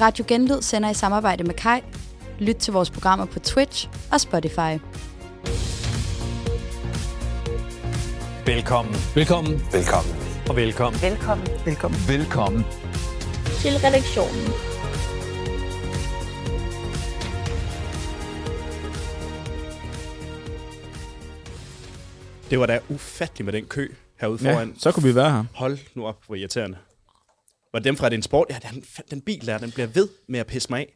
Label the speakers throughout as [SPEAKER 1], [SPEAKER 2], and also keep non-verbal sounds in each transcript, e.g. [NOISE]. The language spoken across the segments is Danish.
[SPEAKER 1] Radio Genlyd sender i samarbejde med Kai. Lyt til vores programmer på Twitch og Spotify.
[SPEAKER 2] Velkommen
[SPEAKER 3] Velkommen.
[SPEAKER 4] Velkommen.
[SPEAKER 2] og velkommen.
[SPEAKER 5] Velkommen.
[SPEAKER 3] Velkommen.
[SPEAKER 2] Velkommen.
[SPEAKER 5] til redaktionen.
[SPEAKER 6] Det var da ufatteligt med den kø herude
[SPEAKER 3] Ja,
[SPEAKER 6] foran.
[SPEAKER 3] så kunne vi være her.
[SPEAKER 6] Hold nu op, hvor irriterende. Var det dem fra din sport? Ja, den, den bil der, den bliver ved med at pisse mig af.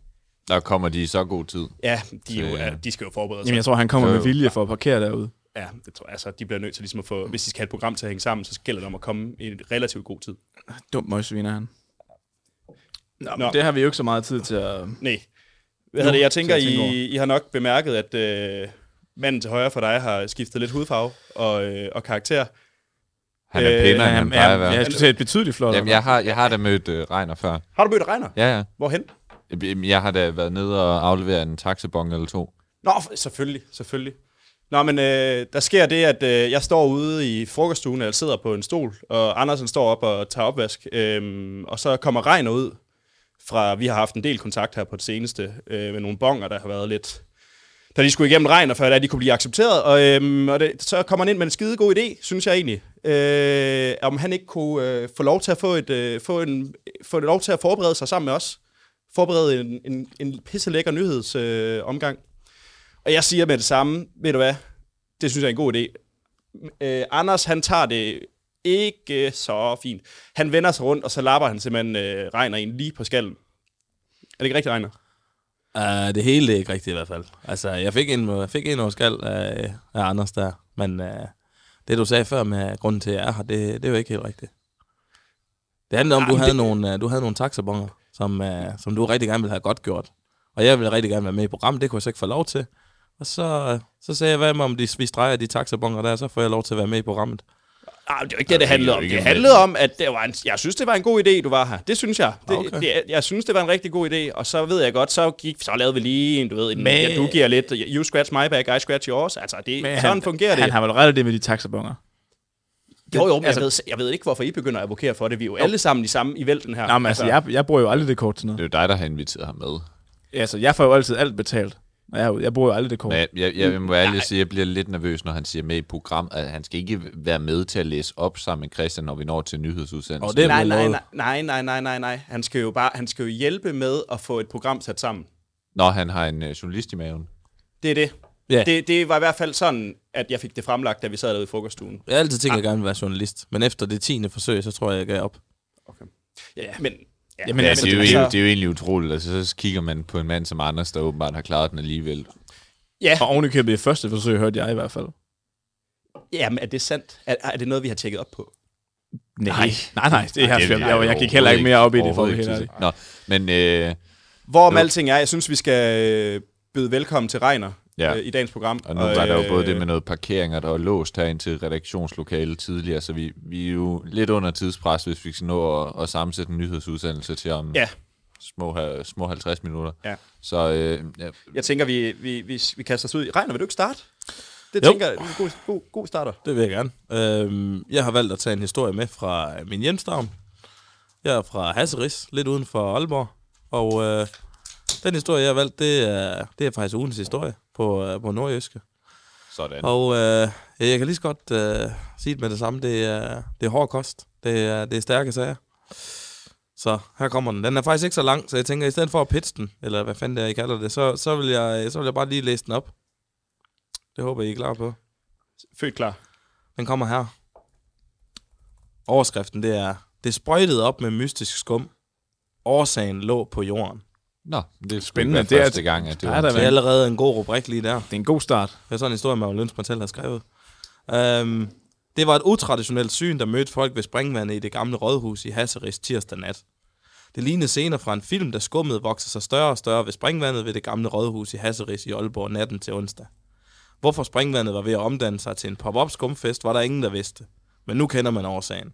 [SPEAKER 7] Der kommer de i så god tid.
[SPEAKER 6] Ja, de, er jo,
[SPEAKER 7] Ja.
[SPEAKER 6] ja, de skal jo forberede sig.
[SPEAKER 3] Jamen, jeg tror, han kommer
[SPEAKER 7] Så-
[SPEAKER 3] med vilje for at parkere derude.
[SPEAKER 6] Ja, det tror jeg. Altså, de bliver nødt til ligesom at få, hvis de skal have et program til at hænge sammen, så gælder det om at komme i en relativt god tid.
[SPEAKER 3] Dum møgsvin er han. Nå,
[SPEAKER 6] Nå.
[SPEAKER 3] men det har vi jo ikke så meget tid til at...
[SPEAKER 6] Nej. Hvad hedder det? Jeg tænker,
[SPEAKER 3] så jeg tænker
[SPEAKER 6] I, I har nok bemærket, at øh, manden til højre for dig har skiftet lidt hudfarve og, øh, og karakter.
[SPEAKER 7] Han er
[SPEAKER 6] Øh,
[SPEAKER 7] pænere, end han
[SPEAKER 3] ja,
[SPEAKER 7] plejer at være.
[SPEAKER 3] jeg skulle sige, et betydeligt flot.
[SPEAKER 7] Jamen, jeg har, jeg har da mødt øh, Reiner før.
[SPEAKER 6] Har du mødt Reiner?
[SPEAKER 7] Ja, ja.
[SPEAKER 6] Hvorhen?
[SPEAKER 7] Jamen, Jeg har da været nede og afleveret en taxabong eller to.
[SPEAKER 6] Nå, f- selvfølgelig, selvfølgelig. Nå, men øh, der sker det, at øh, jeg står ude i frokoststuen, eller sidder på en stol, og Andersen står op og tager opvask, øh, og så kommer Regner ud fra, vi har haft en del kontakt her på det seneste, øh, med nogle bonger, der har været lidt, da de skulle igennem Regner, før da de kunne blive accepteret, og, øh, og det, så kommer han ind med en skide god idé, synes jeg egentlig, øh, om han ikke kunne øh, få lov til at få et, øh, få, en, få lov til at forberede sig sammen med os, forberede en, en, en pisse lækker nyhedsomgang. Øh, omgang. Og jeg siger med det samme, ved du hvad, det synes jeg er en god idé. Øh, Anders, han tager det ikke så fint. Han vender sig rundt, og så lapper han simpelthen øh, regner en lige på skallen. Er det ikke rigtigt, Regner?
[SPEAKER 8] Uh, det hele det er ikke rigtigt i hvert fald. Altså, jeg fik en, jeg fik en over skal af, af Anders der, men uh, det du sagde før med grunden til, at jeg er her, det, det er jo ikke helt rigtigt. Det handler om,
[SPEAKER 6] Ah,
[SPEAKER 8] du
[SPEAKER 6] men
[SPEAKER 8] havde,
[SPEAKER 6] det-
[SPEAKER 8] nogle, øh, du havde nogle taxabonger, som, uh, som du rigtig gerne ville have godt gjort. Og jeg ville rigtig gerne være med i programmet, det kunne jeg så ikke få lov til. Og så, øh, så sagde jeg, hvad med om de, vi streger de taxabonger der, så får jeg lov til at være med i programmet.
[SPEAKER 6] Nej, Ah, det var ikke det,
[SPEAKER 7] handlede
[SPEAKER 6] det handlede
[SPEAKER 7] jo
[SPEAKER 6] om.
[SPEAKER 7] ikke
[SPEAKER 6] Det
[SPEAKER 7] om
[SPEAKER 6] handlede om, at det var en, jeg synes, det var en god idé, du var her. Det synes jeg. Det,
[SPEAKER 8] Okay.
[SPEAKER 6] okay. det, jeg synes, det var en rigtig god idé. Og så ved jeg godt, så, gik, så lavede vi lige en, du ved, en,
[SPEAKER 3] Men-
[SPEAKER 6] ja, du giver lidt, you scratch my back, I scratch yours. Altså, det, sådan
[SPEAKER 3] han,
[SPEAKER 6] fungerer det.
[SPEAKER 3] Han har vel rettet det med de taxabonger.
[SPEAKER 6] jo, jo, men
[SPEAKER 3] altså-
[SPEAKER 6] jeg, ved, jeg ved ikke, hvorfor I begynder at advokere for det. Vi er jo alle sammen i samme i vælten her.
[SPEAKER 3] Nå, men altså, jeg, jeg bruger jo aldrig det kort til
[SPEAKER 7] Det
[SPEAKER 3] noget.
[SPEAKER 7] er jo dig, der har inviteret ham med.
[SPEAKER 3] Altså, jeg får jo altid alt betalt. Og Jeg, er jo- jeg bruger jo aldrig det kort.
[SPEAKER 7] Men jeg, jeg, jeg må ærligt sige, at jeg bliver lidt nervøs, når han siger med i program, at han skal ikke være med til at læse op sammen med Christian, når vi når til nyhedsudsendelsen.
[SPEAKER 8] Og det er
[SPEAKER 6] Nej,
[SPEAKER 8] blevet
[SPEAKER 6] nej,
[SPEAKER 8] lovet.
[SPEAKER 6] nej, nej, nej, nej, nej, nej. Han skal jo bare, han skal jo hjælpe med at få et program sat sammen.
[SPEAKER 7] Når han har en øh, journalist i maven.
[SPEAKER 6] Det er det.
[SPEAKER 8] Ja.
[SPEAKER 6] Det, det var i hvert fald sådan, at jeg fik det fremlagt, da vi sad derude i frokoststuen.
[SPEAKER 8] Jeg har altid
[SPEAKER 3] Ah.
[SPEAKER 8] tænkt, at jeg gerne vil være journalist, men efter det tiende forsøg, så tror jeg, jeg gav op.
[SPEAKER 6] Ja, ja, men... Ja,
[SPEAKER 3] Jamen,
[SPEAKER 7] Men ja, altså,
[SPEAKER 3] altså,
[SPEAKER 7] det, er jo,
[SPEAKER 6] altså-
[SPEAKER 7] altså... det er jo egentlig utroligt. Altså, så kigger man på en mand som Anders, der åbenbart har klaret den alligevel.
[SPEAKER 6] ja,
[SPEAKER 3] Og ovenikøbet i første forsøg hørte jeg i hvert fald.
[SPEAKER 6] jamen, er det sandt? Er, er det noget, vi har tjekket op på?
[SPEAKER 3] Nej, nej, nej. Det er her,
[SPEAKER 7] Det er-
[SPEAKER 3] jeg,
[SPEAKER 7] nej,
[SPEAKER 3] jeg, jeg gik heller ikke mere op i det, for at
[SPEAKER 7] overhovedet
[SPEAKER 3] være helt
[SPEAKER 7] ikke.
[SPEAKER 3] ærlig.
[SPEAKER 7] Nå, men øh,
[SPEAKER 6] Hvorom
[SPEAKER 7] Jo.
[SPEAKER 6] alting er, jeg synes, vi skal øh, byde velkommen til Reiner
[SPEAKER 7] Ja.
[SPEAKER 6] ja. øh, i dagens program.
[SPEAKER 7] Og nu var der jo
[SPEAKER 6] øh,
[SPEAKER 7] både det med noget parkeringer, der var låst herind til redaktionslokalet tidligere, så vi, vi er jo lidt under tidspres, hvis vi skal nå at, at sammensætte en nyhedsudsendelse til om
[SPEAKER 6] Ja.
[SPEAKER 7] små, ha- små 50 minutter.
[SPEAKER 6] Ja.
[SPEAKER 7] Så øh, ja,
[SPEAKER 6] Jeg tænker, vi, vi, vi, vi kaster os ud i... Reiner, vil du ikke starte? Det
[SPEAKER 8] Jo.
[SPEAKER 6] tænker jeg, det er en god, god, god starter.
[SPEAKER 8] Det vil jeg gerne. Øhm, jeg har valgt at tage en historie med fra øh, min hjemstavn. Jeg er fra Hasseris, lidt uden for Aalborg. Og øh, den historie, jeg har valgt, det er, det er faktisk ugens historie på, øh, på Nordjyske.
[SPEAKER 7] sådan.
[SPEAKER 8] Og øh, ja, jeg kan lige så godt øh, sige det med det samme. Det er, det er hård kost. Det er, det er stærke sager. Så her kommer den. Den er faktisk ikke så lang, så jeg tænker, i stedet for at pitche den, eller hvad fanden det er, I kalder det, så, så, vil jeg, så vil jeg bare lige læse den op. Det håber I er klar på.
[SPEAKER 6] Født klar.
[SPEAKER 8] Den kommer her. Overskriften, det er, det sprøjtede op med mystisk skum. Årsagen lå på jorden.
[SPEAKER 7] Nå, det er spændende.
[SPEAKER 3] Spændende,
[SPEAKER 7] Det
[SPEAKER 3] det er-
[SPEAKER 7] er første gang, at det
[SPEAKER 3] der er
[SPEAKER 7] var
[SPEAKER 3] der
[SPEAKER 8] Det er
[SPEAKER 3] Men-
[SPEAKER 8] allerede en god rubrik lige der.
[SPEAKER 3] Det er en god start.
[SPEAKER 8] Det er sådan en historie, Magne Lønsmann selv har skrevet. Øhm, det var et utraditionelt syn, der mødte folk ved springvandet i det gamle rådhus i Hasseris tirsdag nat. Det lignede scener fra en film, der skummet vokser sig større og større ved springvandet ved det gamle rådhus i Hasseris i Aalborg natten til onsdag. Hvorfor springvandet var ved at omdanne sig til en pop-up skumfest, var der ingen, der vidste. Men nu kender man årsagen.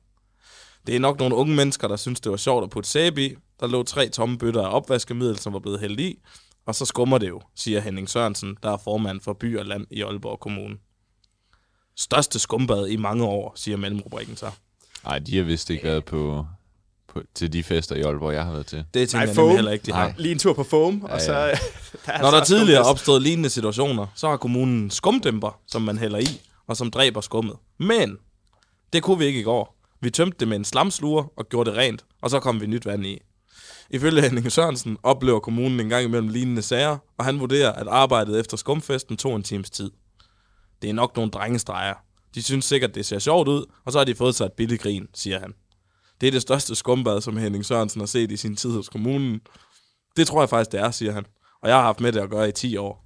[SPEAKER 8] Det er nok nogle unge mennesker, der synes, det var sjovt at putte sæbe i. Der lå tre tomme bøtter af opvaskemiddel, som var blevet hældt i, og så skummer det jo, siger Henning Sørensen, der er formand for By og Land i Aalborg Kommune. Største skumbad i mange år, siger mellemrubrikken så.
[SPEAKER 7] Nej, de har vist ikke været på på, til de fester i Aalborg, jeg har været til.
[SPEAKER 8] Det tænker
[SPEAKER 6] Nej,
[SPEAKER 8] jeg
[SPEAKER 6] foam.
[SPEAKER 8] nemlig heller ikke, de har.
[SPEAKER 7] Nej.
[SPEAKER 6] Lige en tur på foam, ja,
[SPEAKER 7] Ja,
[SPEAKER 6] og så... øh,
[SPEAKER 7] ja.
[SPEAKER 6] Ja.
[SPEAKER 8] Når der tidligere er opstået lignende situationer, så har kommunen skumdæmper, som man hælder i, og som dræber skummet. Men det kunne vi ikke i går. Vi tømte det med en slamsluger og gjorde det rent, og så kom vi nyt vand i. Ifølge Henning Sørensen oplever kommunen en gang imellem lignende sager, og han vurderer, at arbejdet efter skumfesten tog en times tid. Det er nok nogle drengestreger. De synes sikkert, det ser sjovt ud, og så har de fået sig et billigt grin, siger han. Det er det største skumbad, som Henning Sørensen har set i sin tid hos kommunen. Det tror jeg faktisk, det er, siger han. Og jeg har haft med det at gøre i 10 år.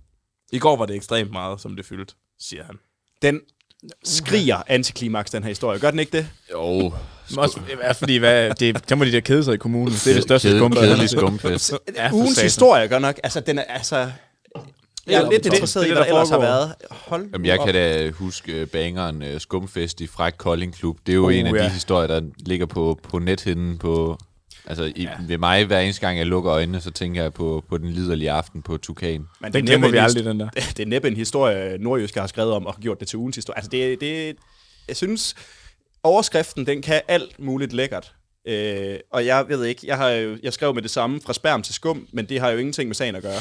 [SPEAKER 8] I går var det ekstremt meget, som det fyldte, siger han.
[SPEAKER 6] Den skriger antiklimaks, den her historie. Gør den ikke det?
[SPEAKER 7] Jo,
[SPEAKER 3] Men også, ja, Altså, fordi hvad, det, så må de der kede sig i kommunen. Det er det største skumpe.
[SPEAKER 7] Kedelig skumfest.
[SPEAKER 3] Ja, for
[SPEAKER 6] Ugens
[SPEAKER 3] satan.
[SPEAKER 6] historie, godt nok. Altså, den er... Altså, jeg er lidt
[SPEAKER 3] det-
[SPEAKER 6] interesseret i,
[SPEAKER 3] det er
[SPEAKER 6] hvad der ellers
[SPEAKER 3] det, der
[SPEAKER 6] har
[SPEAKER 3] foregår.
[SPEAKER 6] været. Hold
[SPEAKER 7] Jamen,
[SPEAKER 6] nu
[SPEAKER 7] jeg
[SPEAKER 6] op.
[SPEAKER 7] kan da huske øh, bangeren øh, Skumfest i Fræk Kolding Klub. Det er jo
[SPEAKER 3] Uh,
[SPEAKER 7] uh, en af
[SPEAKER 3] ja.
[SPEAKER 7] de historier, der ligger på, på nethinden på... Altså, i, ja. ved mig, hver eneste gang, jeg lukker øjnene, så tænker jeg på, på den liderlige aften på Tukan.
[SPEAKER 6] Men
[SPEAKER 3] Den
[SPEAKER 6] det er
[SPEAKER 3] glemmer
[SPEAKER 6] næppe
[SPEAKER 3] vi
[SPEAKER 6] en
[SPEAKER 3] aldrig, den der.
[SPEAKER 6] det er næppe en historie, øh, Nordjysk har skrevet om og gjort det til ugens historie. Altså, det, det, jeg synes, overskriften, den kan alt muligt lækkert. Øh, og jeg ved ikke, jeg, har jo, jeg skrev med det samme fra sperm til skum, men det har jo ingenting med sagen at gøre.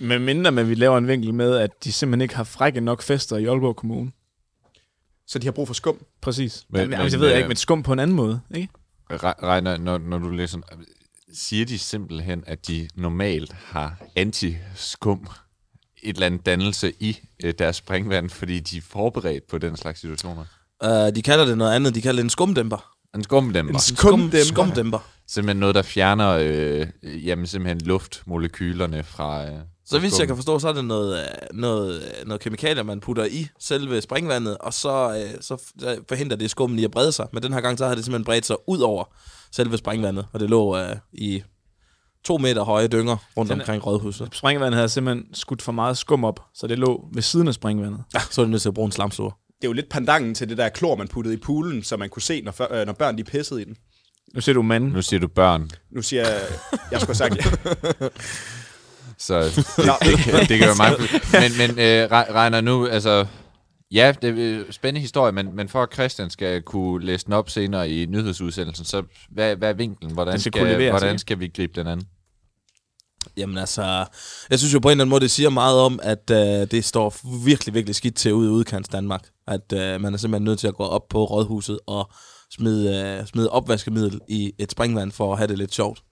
[SPEAKER 3] Men mindre, men vi laver en vinkel med, at de simpelthen ikke har frække nok fester i Aalborg Kommune.
[SPEAKER 6] Så de har brug for skum.
[SPEAKER 3] Præcis.
[SPEAKER 7] Men-
[SPEAKER 3] Men, men,
[SPEAKER 7] men,
[SPEAKER 3] det ved altså, jeg
[SPEAKER 7] øh,
[SPEAKER 3] ikke, men skum på en anden måde, ikke?
[SPEAKER 7] Re- Regner, når, når du læser... Siger de simpelthen, at de normalt har anti-skum et eller andet dannelse i øh, deres springvand, fordi de er forberedt på den slags situationer?
[SPEAKER 8] Uh, de kalder det noget andet. De kalder det en skumdæmper.
[SPEAKER 7] En skumdæmper.
[SPEAKER 8] En skumdæmper. skumdæmper.
[SPEAKER 7] Simpelthen noget, der fjerner øh, jamen, simpelthen luftmolekylerne fra... Øh,
[SPEAKER 8] Så vidt jeg
[SPEAKER 7] skummen.
[SPEAKER 8] kan forstå, så er det noget, øh, noget, øh, noget kemikalier, man putter i selve springvandet, og så, øh, så f- så forhindrer det skummen i at brede sig. Men den her gang, så havde det simpelthen bredt sig ud over selve springvandet, og det lå øh, i to meter høje dynger rundt
[SPEAKER 3] Den er-
[SPEAKER 8] omkring rådhuset.
[SPEAKER 3] Springvandet havde simpelthen skudt for meget skum op, så det lå ved siden af springvandet.
[SPEAKER 8] Så er det nødt til at bruge en slamsuger.
[SPEAKER 6] Det er jo lidt pandangen til det der klor, man puttede i poolen, så man kunne se, når, før- øh, når børn de pissede i den.
[SPEAKER 3] Nu ser du manden.
[SPEAKER 7] Nu siger du børn,
[SPEAKER 6] Nu siger jeg, jeg skulle have sagt,
[SPEAKER 7] så [LAUGHS] det, det, kan- det kan være
[SPEAKER 8] [LAUGHS]
[SPEAKER 7] meget... Men, men øh, Re- Reiner, nu, altså... Ja, det er øh, spændende historie, men, men for at Christian skal kunne læse den op senere i nyhedsudsendelsen, så hvad, hvad er vinklen? Hvordan
[SPEAKER 3] Den skal
[SPEAKER 7] skal,
[SPEAKER 3] kunne leveres,
[SPEAKER 7] hvordan
[SPEAKER 3] ikke?
[SPEAKER 7] skal vi gribe den anden?
[SPEAKER 8] Jamen altså, jeg synes jo på en eller anden måde, det siger meget om, at øh, det står virkelig, virkelig skidt til ude i udkants Danmark. At øh, man er simpelthen nødt til at gå op på rådhuset og smide, øh, smide opvaskemiddel i et springvand for at have det lidt sjovt.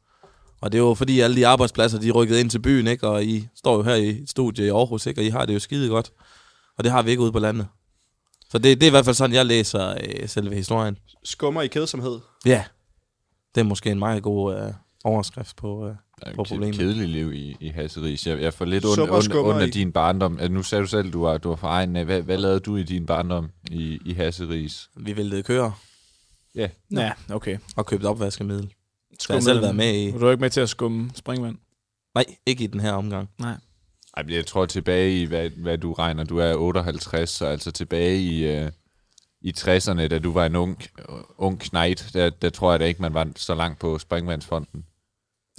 [SPEAKER 8] Og det er jo fordi alle de arbejdspladser, de er rykket ind til byen, ikke? Og I står jo her i et studie i Aarhus, ikke? Og I har det jo skide godt. Og det har vi ikke ude på landet. Så det, det er i hvert fald sådan, jeg læser øh, selve historien.
[SPEAKER 6] skummer i kedsomhed.
[SPEAKER 8] Ja, det er måske en meget god øh, overskrift på... Øh.
[SPEAKER 7] Der er
[SPEAKER 8] Hvor
[SPEAKER 7] jo
[SPEAKER 8] problemet-
[SPEAKER 7] et kedeligt liv i, i Hasseris. Jeg, jeg får lidt ondt
[SPEAKER 6] Suppe og
[SPEAKER 7] ond,
[SPEAKER 6] skummer
[SPEAKER 7] ond af
[SPEAKER 6] i.
[SPEAKER 7] din barndom. Altså, nu sagde du selv, du var, du var fra egen. af. Hvad, hvad lavede du i din barndom i, i Hasseris?
[SPEAKER 8] Vi væltede køer
[SPEAKER 7] Ja,
[SPEAKER 3] Ja, okay.
[SPEAKER 8] og købte opvaskemiddel. Så
[SPEAKER 3] Skum
[SPEAKER 8] jeg selv været med i...
[SPEAKER 3] Du er ikke med til at skumme springvand.
[SPEAKER 8] Nej, ikke i den her omgang.
[SPEAKER 7] Ej, men jeg tror tilbage i, hvad, hvad du regner, du er 58, så altså tilbage i, øh, i 60'erne, da du var en ung, ung knight, der, der tror jeg da ikke, man var så langt på Springvandsfonden.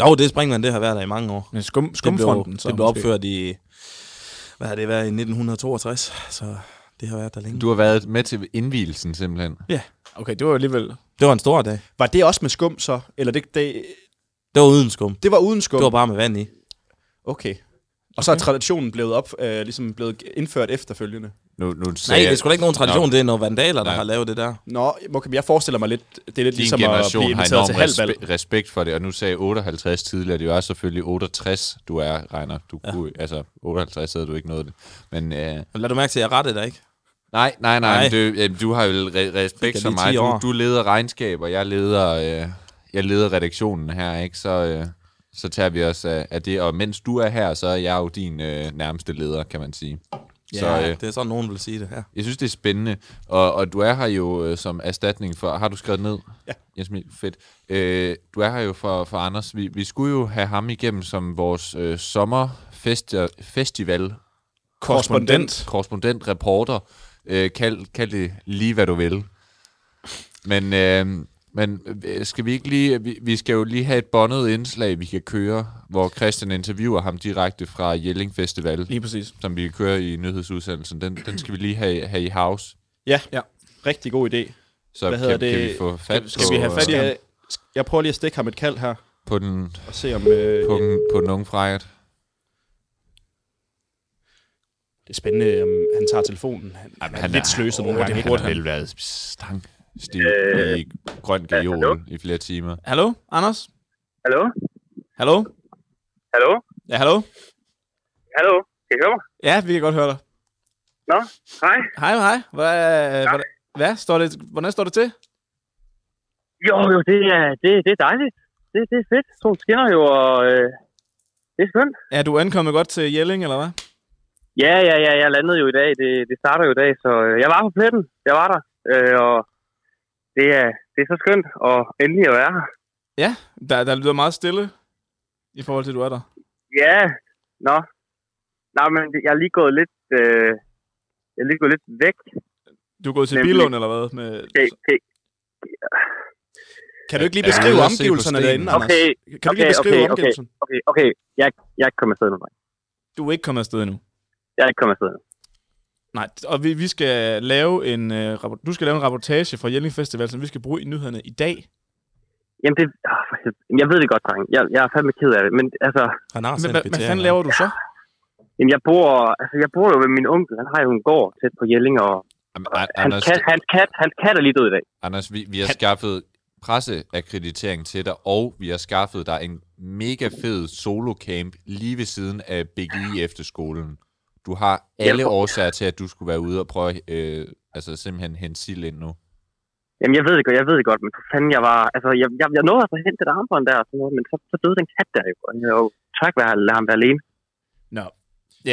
[SPEAKER 8] Jo, det springvand, det har været der i mange år.
[SPEAKER 3] Men skum,
[SPEAKER 8] Det blev,
[SPEAKER 3] skumfronten, så
[SPEAKER 8] det blev
[SPEAKER 3] måske.
[SPEAKER 8] opført i, hvad har det været, i 1962, så det har været der længe.
[SPEAKER 7] Du har været med til indvielsen simpelthen.
[SPEAKER 3] Okay, det var alligevel...
[SPEAKER 8] Det var en stor dag.
[SPEAKER 6] Var det også med skum så? Eller det, det,
[SPEAKER 8] Det var uden skum.
[SPEAKER 6] det var uden skum?
[SPEAKER 8] Det var bare med vand i.
[SPEAKER 6] Okay. Og så er traditionen blevet, op, øh, ligesom blevet indført efterfølgende.
[SPEAKER 7] Nu, nu
[SPEAKER 8] Nej, det er sgu da ikke nogen tradition, det er nogle vandaler, der
[SPEAKER 7] Nej.
[SPEAKER 8] har lavet det der.
[SPEAKER 6] Nå, okay, men jeg forestiller mig lidt, det er lidt
[SPEAKER 7] Din
[SPEAKER 6] ligesom at
[SPEAKER 7] generation
[SPEAKER 6] blive
[SPEAKER 7] har
[SPEAKER 6] inviteret
[SPEAKER 7] enorm
[SPEAKER 6] til halvvalg.
[SPEAKER 7] respe- respekt for det, og nu sagde 58 tidligere, det er selvfølgelig 68, du er, regner. Du ja. kunne, altså, 58 havde du ikke noget det. Men, øh,
[SPEAKER 8] Og lad du mærke til, at jeg rettede dig, ikke?
[SPEAKER 7] Nej, nej, nej. nej.
[SPEAKER 8] Nej.
[SPEAKER 7] Du, øh, du har jo re- respekt
[SPEAKER 8] Det
[SPEAKER 7] for
[SPEAKER 8] kan lige
[SPEAKER 7] mig.
[SPEAKER 8] 10 år.
[SPEAKER 7] Du, du leder regnskab, og jeg leder, øh, jeg leder redaktionen her, ikke? Så, øh, så tager vi os af, af det. Og mens du er her, så er jeg jo din øh, nærmeste leder, kan man sige.
[SPEAKER 8] Ja,
[SPEAKER 7] Så øh,
[SPEAKER 8] det er sådan, nogen vil sige det her.
[SPEAKER 7] jeg synes, det er spændende. Og, og du er her jo øh, som erstatning for... Har du skrevet ned?
[SPEAKER 6] Ja.
[SPEAKER 7] Jens Emil, fedt. Øh, du er her jo for, for Anders. Vi, vi skulle jo have ham igennem som vores øh, sommerfestival
[SPEAKER 6] Korrespondent.
[SPEAKER 7] korrespondent, reporter, øh, kald, kald det lige hvad du vil. Men, øh, men øh, skal vi ikke lige, vi, vi skal jo lige have et bondet indslag, vi kan køre, hvor Christian interviewer ham direkte fra Jelling Festival,
[SPEAKER 3] Lige præcis.
[SPEAKER 7] som vi kører i nyhedsudsendelsen. Den, den skal vi lige have, have i house.
[SPEAKER 6] Ja,
[SPEAKER 3] Ja.
[SPEAKER 6] rigtig god idé.
[SPEAKER 7] Så kan,
[SPEAKER 6] Hvad hedder
[SPEAKER 7] kan
[SPEAKER 6] det?
[SPEAKER 7] vi få fat
[SPEAKER 3] Skal
[SPEAKER 7] på,
[SPEAKER 3] vi have fat i
[SPEAKER 7] øh,
[SPEAKER 3] ham?
[SPEAKER 6] Skal, Jeg prøver lige at stikke ham et kald her,
[SPEAKER 7] På den,
[SPEAKER 6] og se om... Øh,
[SPEAKER 7] på den, på den unge frejert.
[SPEAKER 6] det er spændende, om han tager telefonen. Han, Jamen, han er lidt sløset nogle gange.
[SPEAKER 7] Han
[SPEAKER 6] ikke?
[SPEAKER 7] har vel været stang stiv i grøn gajol i flere timer.
[SPEAKER 8] Hallo, Anders?
[SPEAKER 2] Hallo?
[SPEAKER 8] Hallo?
[SPEAKER 2] Hallo?
[SPEAKER 8] Ja, hallo?
[SPEAKER 2] Hallo? Kan I høre mig?
[SPEAKER 8] Ja, vi kan godt høre dig.
[SPEAKER 2] Nå, hej.
[SPEAKER 8] Hej, hej. Hvad, øh, hvad, hvad står det, hvordan står det til?
[SPEAKER 2] Jo, jo, det er, det, det er dejligt. Det, det er fedt. Solen skinner jo, og øh, det er skønt.
[SPEAKER 8] Er du ankommet godt til Jelling, eller hvad?
[SPEAKER 2] Ja, ja, ja, jeg landede jo i dag. Det, det starter jo i dag, så øh, jeg var på pletten. Jeg var der, øh, og det er, det er så skønt og endelig at være her.
[SPEAKER 8] Ja, der, der lyder meget stille i forhold til, at du er der.
[SPEAKER 2] Ja, nå. Nej, men jeg er lige gået lidt, øh, jeg er lige gået lidt væk.
[SPEAKER 8] Du er gået til
[SPEAKER 2] Nemlig.
[SPEAKER 8] Bilund, eller hvad? Med,
[SPEAKER 2] Okay, okay,
[SPEAKER 6] Kan du ikke lige
[SPEAKER 7] Ja,
[SPEAKER 6] beskrive
[SPEAKER 7] jeg vil også se på
[SPEAKER 6] omgivelserne
[SPEAKER 7] stenen.
[SPEAKER 6] derinde, Anders?
[SPEAKER 2] okay,
[SPEAKER 6] Kan du ikke lige
[SPEAKER 2] okay,
[SPEAKER 6] beskrive
[SPEAKER 2] okay, okay.
[SPEAKER 6] omgivelserne?
[SPEAKER 2] okay, okay. Jeg, jeg er ikke kommet afsted nu, dreng.
[SPEAKER 8] du er ikke kommet afsted endnu.
[SPEAKER 2] Jeg er ikke kommet afsted nu.
[SPEAKER 8] Nej, og vi, vi skal lave en, øh, rapport- du skal lave en rapportage fra Jelling Festival, som vi skal bruge i nyhederne i dag.
[SPEAKER 2] Jamen, det, åh, for helvede. Jamen, jeg ved det godt, dreng. Jeg, jeg er fandme ked af det. Men altså,
[SPEAKER 8] Han har men, hvad, hvad fanden laver du så?
[SPEAKER 2] jamen, jeg, bor, altså, jeg bor jo med min onkel. Han har jo en gård tæt på Jelling, og
[SPEAKER 7] Jamen, A-
[SPEAKER 2] hans
[SPEAKER 7] Anders,
[SPEAKER 2] kat, hans, kat, hans kat er lige død i dag.
[SPEAKER 7] Anders vi, vi har skaffet presseakkreditering til dig, og vi har skaffet dig en mega fed solocamp lige ved siden af BGI efterskolen. Du har alle årsager til, at du skulle være ude og prøve øh, altså simpelthen hente sild ind nu.
[SPEAKER 2] Jamen, jeg ved det godt, jeg ved det godt, men for fanden, jeg var... Altså, jeg, jeg, jeg nåede at få hentet et armbånd der, og sådan noget, men så, så døde den kat der jo. Og jeg jo tør ikke være, lade ham være alene.
[SPEAKER 3] Nå.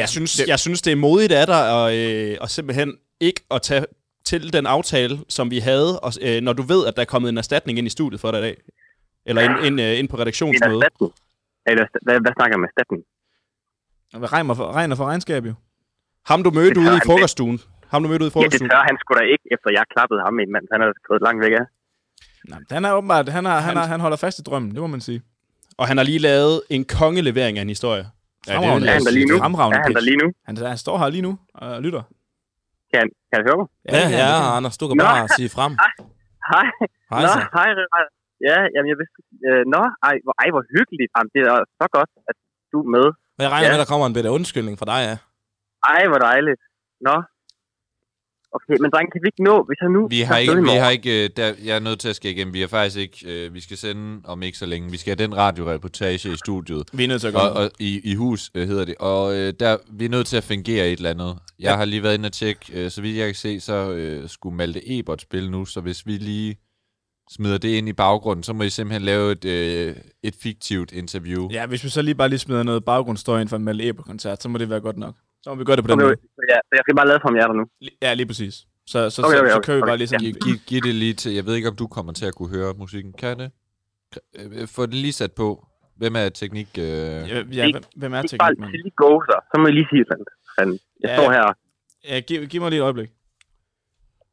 [SPEAKER 6] Jeg synes, jeg synes, det er modigt af dig at, øh, at simpelthen ikke at tage til den aftale, som vi havde, og, øh, når du ved, at der er kommet en erstatning ind i studiet for dig i dag. Eller ind, ind, øh, ind på
[SPEAKER 2] En
[SPEAKER 6] redaktionsmødet.
[SPEAKER 2] erstatning. Eller, hvad, hvad snakker jeg om erstatning?
[SPEAKER 8] Regner for, regner for regnskab, jo.
[SPEAKER 6] Ham, du mødte
[SPEAKER 2] Det
[SPEAKER 6] ude
[SPEAKER 2] tager
[SPEAKER 6] i
[SPEAKER 2] han
[SPEAKER 6] frokoststuen. Ham, du mødte ude i
[SPEAKER 2] Ja, det
[SPEAKER 6] frokoststuen.
[SPEAKER 2] tør han sgu da ikke, efter jeg klappede ham ind, mand. Han er gået langt væk af.
[SPEAKER 8] Nej, men han er åbenbart, han, har, han, har, han holder fast i drømmen, det må man sige.
[SPEAKER 6] Og han har lige lavet en kongelevering af en historie.
[SPEAKER 7] Ja, det
[SPEAKER 8] Fremragende.
[SPEAKER 7] vil
[SPEAKER 2] Er
[SPEAKER 7] jeg
[SPEAKER 2] han der
[SPEAKER 7] sige.
[SPEAKER 2] lige nu?
[SPEAKER 8] Fremragende
[SPEAKER 2] Er han der
[SPEAKER 8] pitch.
[SPEAKER 2] lige nu?
[SPEAKER 8] Han, han står her lige nu og lytter.
[SPEAKER 2] Kan, han- kan han høre mig?
[SPEAKER 1] Ja,
[SPEAKER 8] det kan han,
[SPEAKER 1] ja,
[SPEAKER 8] det kan han.
[SPEAKER 4] Anders, du kan
[SPEAKER 2] Nå.
[SPEAKER 4] bare sige frem.
[SPEAKER 2] Hej.
[SPEAKER 4] Hej,
[SPEAKER 2] Nå,
[SPEAKER 4] så.
[SPEAKER 2] hej, hej. Ja, jamen, jeg vidste... Øh, nå, ej hvor, ej, hvor hyggeligt. Jamen, det er så godt, at du er med.
[SPEAKER 4] Men jeg regner
[SPEAKER 2] Ja.
[SPEAKER 4] ja. med, der kommer en bedre undskyldning fra dig, ja.
[SPEAKER 2] Ej, hvor dejligt. Nå. Okay, men dreng, kan vi ikke nå, hvis han nu...
[SPEAKER 7] Vi har
[SPEAKER 2] tager
[SPEAKER 7] ikke,
[SPEAKER 2] afsted i
[SPEAKER 7] vi
[SPEAKER 2] morgen?
[SPEAKER 7] har ikke øh, der, jeg er nødt til at skære igennem. Vi har faktisk ikke, øh, vi skal sende om ikke så længe. Vi skal have den radioreportage i studiet.
[SPEAKER 8] Vi er nødt til at gå.
[SPEAKER 7] Og, og i, i hus øh, hedder det. Og øh, der, vi er nødt til at fungere i et eller andet. Jeg har lige været inde og tjekke, øh, så vidt jeg kan se, så øh, skulle Malte Ebert spille nu, så hvis vi lige smider det ind i baggrunden, så må I simpelthen lave et, øh, et fiktivt interview.
[SPEAKER 8] Ja, hvis vi så lige bare lige smider noget baggrundsstøj ind for en Malle Eber-koncert, så må det være godt nok. Så må vi gøre det på den
[SPEAKER 2] Okay,
[SPEAKER 8] måde.
[SPEAKER 2] så ja, så jeg skal bare lade fra jer der nu.
[SPEAKER 8] Ja, lige præcis. Så, så,
[SPEAKER 2] Okay,
[SPEAKER 8] så,
[SPEAKER 2] okay,
[SPEAKER 8] så
[SPEAKER 2] okay,
[SPEAKER 8] kører vi bare
[SPEAKER 2] okay.
[SPEAKER 8] lige sådan...
[SPEAKER 7] Giv, giv, giv det lige til. Jeg ved ikke, om du kommer til at kunne høre musikken. Kan jeg det? Kan- øh, Få det lige sat på. Hvem er teknik? Øh?
[SPEAKER 8] Ja, ja, hvem, hvem er
[SPEAKER 2] Ikke bare
[SPEAKER 8] teknikmanden?
[SPEAKER 2] lige go, så. Så må I lige sige sådan. Fanden. Jeg
[SPEAKER 8] Ja.
[SPEAKER 2] står her.
[SPEAKER 8] Ja, giv, giv mig lige et øjeblik.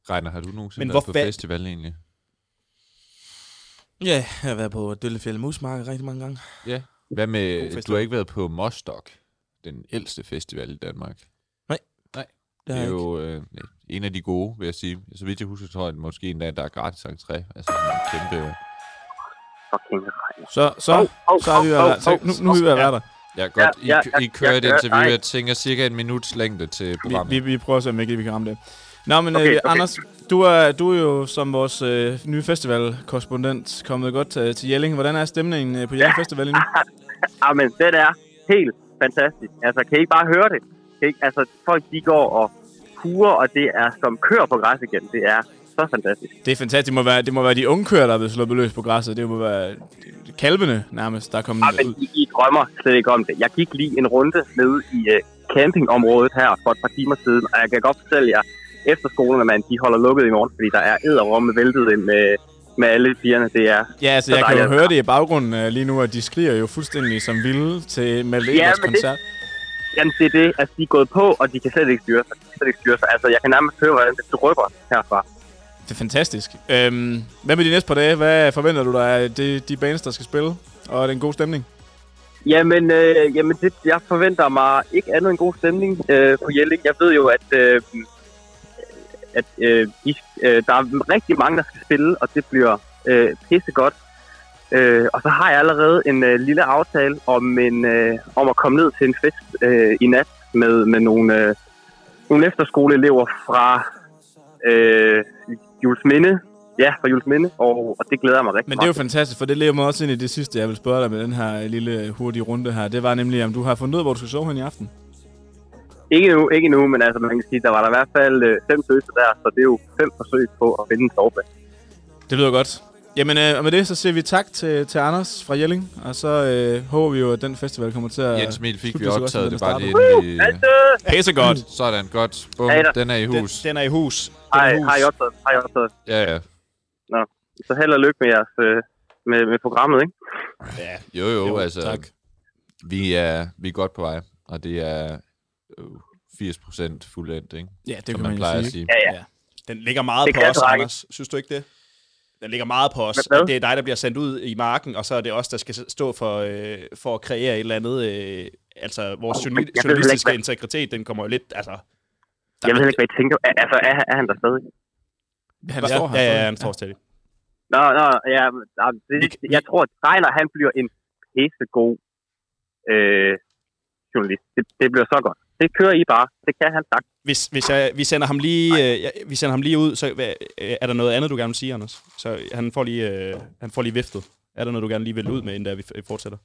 [SPEAKER 7] Regner, har du nogensinde
[SPEAKER 6] Men
[SPEAKER 7] været
[SPEAKER 6] hvor
[SPEAKER 7] på
[SPEAKER 6] fa-
[SPEAKER 7] festival egentlig?
[SPEAKER 4] Ja, jeg har været på Døllefjell Musmark rigtig mange gange.
[SPEAKER 7] Ja. Hvad med, du har
[SPEAKER 8] festival.
[SPEAKER 7] ikke været på Mostok, den ældste festival i Danmark.
[SPEAKER 4] Det
[SPEAKER 7] Det
[SPEAKER 4] har
[SPEAKER 7] er
[SPEAKER 4] jeg ikke.
[SPEAKER 7] jo øh, en af de gode, vil jeg sige. Så vidt jeg husker, tror jeg, at måske endda, der er gratis entré. Altså sådan en kæmpe...
[SPEAKER 2] Fucking regn.
[SPEAKER 8] Så, så,
[SPEAKER 2] Hov, hov,
[SPEAKER 8] så er vi
[SPEAKER 2] hov,
[SPEAKER 8] jo... Så,
[SPEAKER 2] hov,
[SPEAKER 8] nu, nu er vi ved at være der.
[SPEAKER 7] Jeg er godt,
[SPEAKER 2] ja,
[SPEAKER 7] ja, I,
[SPEAKER 2] ja,
[SPEAKER 7] I kører
[SPEAKER 2] ja,
[SPEAKER 7] et
[SPEAKER 2] ja,
[SPEAKER 7] interview,
[SPEAKER 2] nej.
[SPEAKER 7] jeg tænker cirka en minuts længde til programmet.
[SPEAKER 8] Vi, vi, vi prøver at se, om ikke vi kan ramme det. Nå, men okay,
[SPEAKER 2] Okay,
[SPEAKER 8] øh,
[SPEAKER 2] okay.
[SPEAKER 8] Anders, du er, du er jo som vores øh, nye festivalkorrespondent kommet godt til, til Jelling. Hvordan er stemningen øh, på Jelling Festival endnu?
[SPEAKER 2] Ah, men den er helt fantastisk. Altså, kan I ikke bare høre det? Kan I ikke? Altså, folk de går og huer, og det er som kører på græs igen. Det er så fantastisk.
[SPEAKER 8] Det er fantastisk. Det må være, det må være de unge køer, der er blevet sluppet løs på græsset. Det må være kalvene nærmest, der er kommet
[SPEAKER 2] Ah, men
[SPEAKER 8] ud.
[SPEAKER 2] I, I drømmer slet ikke om det. Jeg gik lige en runde nede i uh, campingområdet her for et par timer siden, og jeg kan godt fortælle jer, efterskolerne, mand, de holder lukket i morgen, fordi der er æderromme væltet ind med, med alle pigerne. Det er
[SPEAKER 8] Ja, altså,
[SPEAKER 2] så
[SPEAKER 8] jeg kan jo
[SPEAKER 2] dejligt.
[SPEAKER 8] høre det i baggrunden øh, lige nu, at de skriger jo fuldstændig som vilde til Malte
[SPEAKER 2] Ja,
[SPEAKER 8] Ebers
[SPEAKER 2] men det-
[SPEAKER 8] koncert.
[SPEAKER 2] Jamen, det er det. Altså, de er gået på, og de kan slet ikke styre sig. De kan slet ikke styre sig. Altså, jeg kan nærmest høre, hvordan det drypper herfra.
[SPEAKER 8] Det er fantastisk. Øhm, hvad med de næste par dage? Hvad forventer du dig af de, de bands, der skal spille? Og den gode stemning?
[SPEAKER 2] Jamen, øh, jamen det, jeg forventer mig ikke andet end god stemning øh, på Jelling. Jeg ved jo, at, øh, at øh, de, øh, der er rigtig mange, der skal spille, og det bliver øh, pissegodt. Øh, og så har jeg allerede en øh, lille aftale om, en, øh, om at komme ned til en fest øh, i nat med, med nogle, øh, nogle efterskoleelever fra øh, Julesminde. Ja, fra Julesminde, og, og det glæder jeg mig rigtig
[SPEAKER 3] Men det er jo
[SPEAKER 2] meget.
[SPEAKER 3] fantastisk, for det lever mig også ind i det sidste, jeg vil spørge dig med den her lille hurtige runde her. Det var nemlig, om du har fundet ud af, hvor du skal sove hen i aften.
[SPEAKER 2] Ikke nu, ikke nu, men altså man kan sige, der var der i hvert fald øh, fem søster der, så det er jo fem forsøg på at finde en soveplads.
[SPEAKER 3] Det lyder godt. Jamen, øh, og med det, så siger vi tak til, til Anders fra Jelling, og så øh, håber vi jo, at den festival kommer til at...
[SPEAKER 7] Jens Emil fik vi
[SPEAKER 3] slutte så godt, som
[SPEAKER 7] optaget
[SPEAKER 3] den
[SPEAKER 7] det
[SPEAKER 3] er
[SPEAKER 7] bare
[SPEAKER 3] startet.
[SPEAKER 7] lige inden vi...
[SPEAKER 3] Pisse godt.
[SPEAKER 7] Sådan, godt. Bum,
[SPEAKER 2] Hey da.
[SPEAKER 7] den er i
[SPEAKER 6] Den,
[SPEAKER 7] hus.
[SPEAKER 6] den er i hus. Den er
[SPEAKER 2] Hej,
[SPEAKER 6] i hus.
[SPEAKER 2] hej, optaget, hej, optaget.
[SPEAKER 7] Ja, ja.
[SPEAKER 2] Så held og lykke med jeres... Øh, med, med programmet, ikke?
[SPEAKER 7] Jo, jo, jo altså...
[SPEAKER 4] tak.
[SPEAKER 7] Vi er, vi er godt på vej, og det er øh, 80% fuldendt, ikke?
[SPEAKER 3] Ja, det
[SPEAKER 7] Som
[SPEAKER 3] kan
[SPEAKER 7] man,
[SPEAKER 3] man, jo
[SPEAKER 7] plejer
[SPEAKER 3] sige.
[SPEAKER 7] at sige.
[SPEAKER 2] Ja, ja.
[SPEAKER 6] Den ligger meget
[SPEAKER 2] Det
[SPEAKER 6] på
[SPEAKER 2] kan
[SPEAKER 6] os,
[SPEAKER 2] drenge.
[SPEAKER 6] Anders. Synes du ikke det? Den ligger meget på os.
[SPEAKER 2] Hvad?
[SPEAKER 6] At det er dig, der bliver sendt ud i marken, og så er det os, der skal stå for, øh, for at kreere et eller andet... Øh, altså, vores
[SPEAKER 2] Jeg ved
[SPEAKER 6] journi-
[SPEAKER 2] heller ikke,
[SPEAKER 6] journalistiske
[SPEAKER 2] hvad-
[SPEAKER 6] integritet, den kommer jo lidt... Altså,
[SPEAKER 2] Jeg ved heller ikke, hvad I tænker. Er- Altså, er, er han der stadig?
[SPEAKER 3] Han
[SPEAKER 6] ja,
[SPEAKER 3] står her.
[SPEAKER 6] ja, ja, han står stadig.
[SPEAKER 2] Nå, nå, ja, men, ah, det, jeg tror, at Sejler, han bliver en pissegod øh, journalist. Det, det bliver så godt. Det kører I bare. Det kan han sagt.
[SPEAKER 6] Hvis, hvis jeg, vi, sender ham lige, øh, jeg- vi sender ham lige ud, så hvad, øh, er der noget andet, du gerne vil sige, Anders? Så han får lige, øh, han får lige viftet. Er der noget, du gerne lige vil ud med, inden der vi f- fortsætter?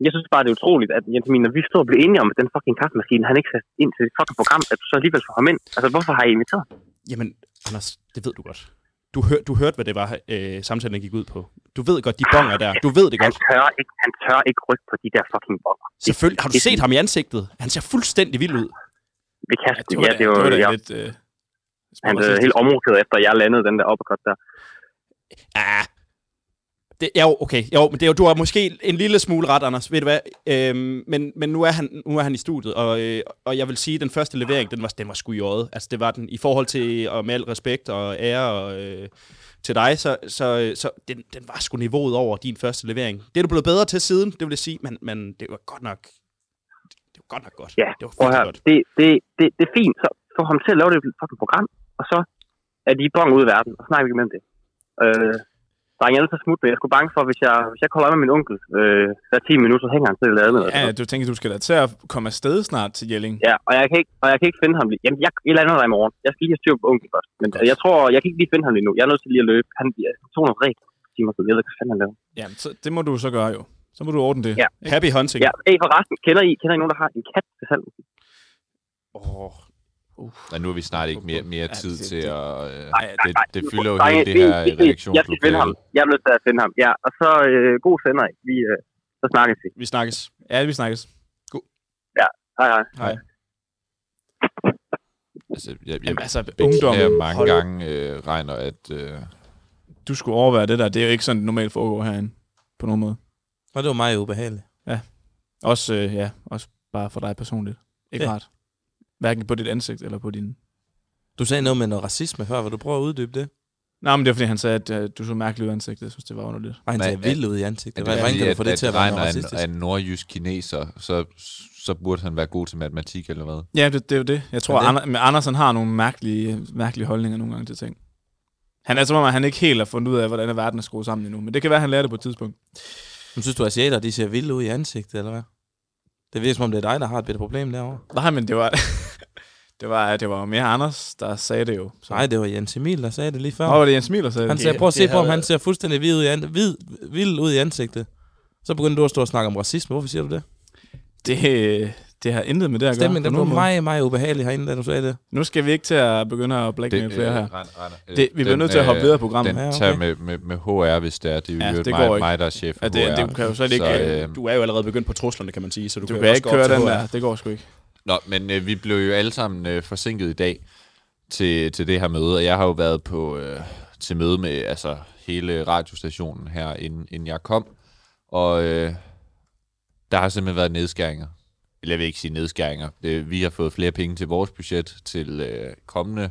[SPEAKER 2] Jeg synes bare, det er utroligt, at Jens Emil, når vi står og bliver enige om, at den fucking kaffemaskine, han ikke sat ind til det fucking program, at du så alligevel får ham ind. Altså, hvorfor har I inviteret? ham?
[SPEAKER 6] Jamen, Anders, det ved du godt. Du, hør, du hørte, hvad det var, øh, samtalen gik ud på. Du ved godt, de bonger der. Du ved det
[SPEAKER 2] Han
[SPEAKER 6] godt.
[SPEAKER 2] tør ikke, han tør ikke rykke på de der fucking boller.
[SPEAKER 6] Selvfølgelig. Har du
[SPEAKER 2] det-
[SPEAKER 6] set ham i ansigtet? Han ser fuldstændig vild ud.
[SPEAKER 2] Det kan
[SPEAKER 3] Ja,
[SPEAKER 2] ja,
[SPEAKER 3] det var
[SPEAKER 2] ja,
[SPEAKER 3] da,
[SPEAKER 2] det var,
[SPEAKER 3] det var da
[SPEAKER 2] ja,
[SPEAKER 3] lidt... Øh,
[SPEAKER 2] han blev helt omrokeret efter, at jeg landede den der uppercut der.
[SPEAKER 6] Ja. Det, ja, okay. Jo, men det er jo, du har måske en lille smule ret, Anders. Ved du hvad? Øhm, men men nu, er han, nu er han i studiet, og, øh, og jeg vil sige, at den første levering, den var, den var sgu i øjet. Altså, det var den. I forhold til, og med al respekt og ære og, øh, til dig, så, så, så den, den var sgu niveauet over din første levering. Det er du blevet bedre til siden, det vil jeg sige, men, men det var godt nok... Det var godt nok godt.
[SPEAKER 2] Ja,
[SPEAKER 6] det var
[SPEAKER 2] Prøv
[SPEAKER 6] virkelig
[SPEAKER 2] her,
[SPEAKER 6] godt.
[SPEAKER 2] det, det, det, det er fint. Så få ham til at lave det fucking program, og så er de bong ud i verden, og så snakker vi ikke mere om det. Øh, der er ingen så smut med. Jeg skulle bange for, hvis jeg, hvis jeg kolder med min onkel, øh, der er 10 minutter, så hænger han til at lade med.
[SPEAKER 3] Ja, ja, du tænker, du skal da til at komme afsted snart til Jelling.
[SPEAKER 2] altså. Ja, og jeg kan ikke, og jeg kan ikke finde ham lige. Jamen, jeg, jeg lander der i morgen. Jeg skal lige have styr på onklen først. Men jeg tror, jeg kan ikke lige finde ham lige nu. Jeg er nødt til lige at løbe. Han bliver 200 rigtig timer, så jeg ved ikke, hvad fanden han laver.
[SPEAKER 3] Ja, så det må du så gøre jo. Så må du ordne det.
[SPEAKER 2] Ja.
[SPEAKER 6] Happy hunting.
[SPEAKER 2] Ja, hey, forresten, kender I, kender I nogen, der har en kat til salg?
[SPEAKER 6] Åh,
[SPEAKER 7] Og nu har vi snart ikke mere, mere tid
[SPEAKER 3] det-
[SPEAKER 7] til
[SPEAKER 3] det-
[SPEAKER 7] at... Øh,
[SPEAKER 2] Nej,
[SPEAKER 7] det,
[SPEAKER 2] nej,
[SPEAKER 7] det fylder jo
[SPEAKER 2] nej,
[SPEAKER 7] hele det
[SPEAKER 2] det-
[SPEAKER 7] her
[SPEAKER 2] det- det- Jeg skal finde ham.
[SPEAKER 7] redaktionslokale.
[SPEAKER 2] Jeg er nødt til at finde ham. Ja, og så øh, god sender. I. Vi, øh, så snakkes vi.
[SPEAKER 6] vi snakkes.
[SPEAKER 3] Ja, vi snakkes.
[SPEAKER 2] Hej, hej.
[SPEAKER 7] [LAUGHS] Altså, jeg, jeg
[SPEAKER 3] Jamen, altså,
[SPEAKER 7] beklager
[SPEAKER 3] ungdom,
[SPEAKER 7] mange gange, øh, regner, at... Øh,
[SPEAKER 3] du skulle overvære det der. Det er jo ikke sådan, det normalt foregår herinde. På nogen måde.
[SPEAKER 8] Og det var meget ubehageligt.
[SPEAKER 3] Også, øh, ja, også bare for dig personligt. Ikke
[SPEAKER 8] Ja.
[SPEAKER 3] ja. rart. Hverken på dit ansigt eller på din...
[SPEAKER 8] Du sagde noget med noget racisme før, hvor du prøver at uddybe det.
[SPEAKER 3] Nej, men det var fordi, han sagde, at øh, du så mærkelig ud i ansigtet. Jeg synes, det var underligt.
[SPEAKER 8] Og han
[SPEAKER 7] Men-
[SPEAKER 8] ser vild ud i
[SPEAKER 7] men
[SPEAKER 8] ansigtet.
[SPEAKER 7] det
[SPEAKER 8] Hvordan
[SPEAKER 7] er fordi,
[SPEAKER 8] hvordan kan du
[SPEAKER 7] at,
[SPEAKER 8] få det
[SPEAKER 7] at
[SPEAKER 8] til at være
[SPEAKER 7] regner
[SPEAKER 8] noget racistisk?
[SPEAKER 7] er en, er en nordjysk kineser, så, så burde han være god til matematik eller hvad?
[SPEAKER 3] Ja, det, det er jo det. Jeg tror,
[SPEAKER 8] Men det-
[SPEAKER 3] Ander, men Andersen har nogle mærkelige, mærkelige holdninger nogle gange til ting. Han er som om, at han ikke helt har fundet ud af, hvordan verden er skruet sammen endnu. Men det kan være, at han lærer det på et tidspunkt.
[SPEAKER 8] Men synes du, asiater, de ser vilde ud i ansigtet, eller hvad? Det virker som om, det er dig, der har et bitte problem derovre.
[SPEAKER 3] Nej, men det var... [LAUGHS] det var, det var mere Anders, der sagde det jo. Så.
[SPEAKER 8] Nej, det var Jens Emil, der sagde det lige før.
[SPEAKER 3] Nå, var det Jens Emil, der sagde
[SPEAKER 8] han
[SPEAKER 3] det?
[SPEAKER 8] sagde, prøv at se
[SPEAKER 6] det
[SPEAKER 8] på, om
[SPEAKER 6] havde-
[SPEAKER 8] han ser fuldstændig vild ud, i an... vid... vild ud i ansigtet. Så begyndte du at stå og snakke om racisme. Hvorfor siger du det?
[SPEAKER 3] Det, det har intet med det at gøre.
[SPEAKER 8] Stemningen
[SPEAKER 3] på
[SPEAKER 8] den blev
[SPEAKER 3] nogen måde.
[SPEAKER 8] meget, meget ubehagelig herinde, da du sagde det.
[SPEAKER 3] Nu skal vi ikke til at begynde at blække med
[SPEAKER 7] øh,
[SPEAKER 3] flere her. Det- vi bliver nødt til at hoppe videre i programmet.
[SPEAKER 7] Den
[SPEAKER 8] Ja, okay.
[SPEAKER 7] tager med, med, med HR, hvis det er. Det er jo
[SPEAKER 3] Ja,
[SPEAKER 7] ja,
[SPEAKER 3] det går
[SPEAKER 7] mig,
[SPEAKER 3] ikke.
[SPEAKER 7] mig, der er chef for
[SPEAKER 3] Ja, det,
[SPEAKER 7] HR.
[SPEAKER 3] det kan jo slet ikke...
[SPEAKER 7] Så,
[SPEAKER 3] øh,
[SPEAKER 7] øh,
[SPEAKER 6] Du er jo allerede begyndt på truslerne, kan man sige, så du,
[SPEAKER 3] du
[SPEAKER 6] jo
[SPEAKER 3] kan
[SPEAKER 6] også
[SPEAKER 3] ikke
[SPEAKER 6] gå op
[SPEAKER 3] køre
[SPEAKER 6] til
[SPEAKER 3] den
[SPEAKER 6] HR.
[SPEAKER 3] der. Det går sgu ikke.
[SPEAKER 7] Nå, men øh, vi blev jo alle sammen øh, forsinket i dag til, til det her møde, og jeg har jo været på øh, til møde med altså, hele radiostationen her, inden, inden jeg kom. Og øh, der har simpelthen været nedskæringer. Eller jeg vil ikke sige nedskæringer. Øh, vi har fået flere penge til vores budget til øh, kommende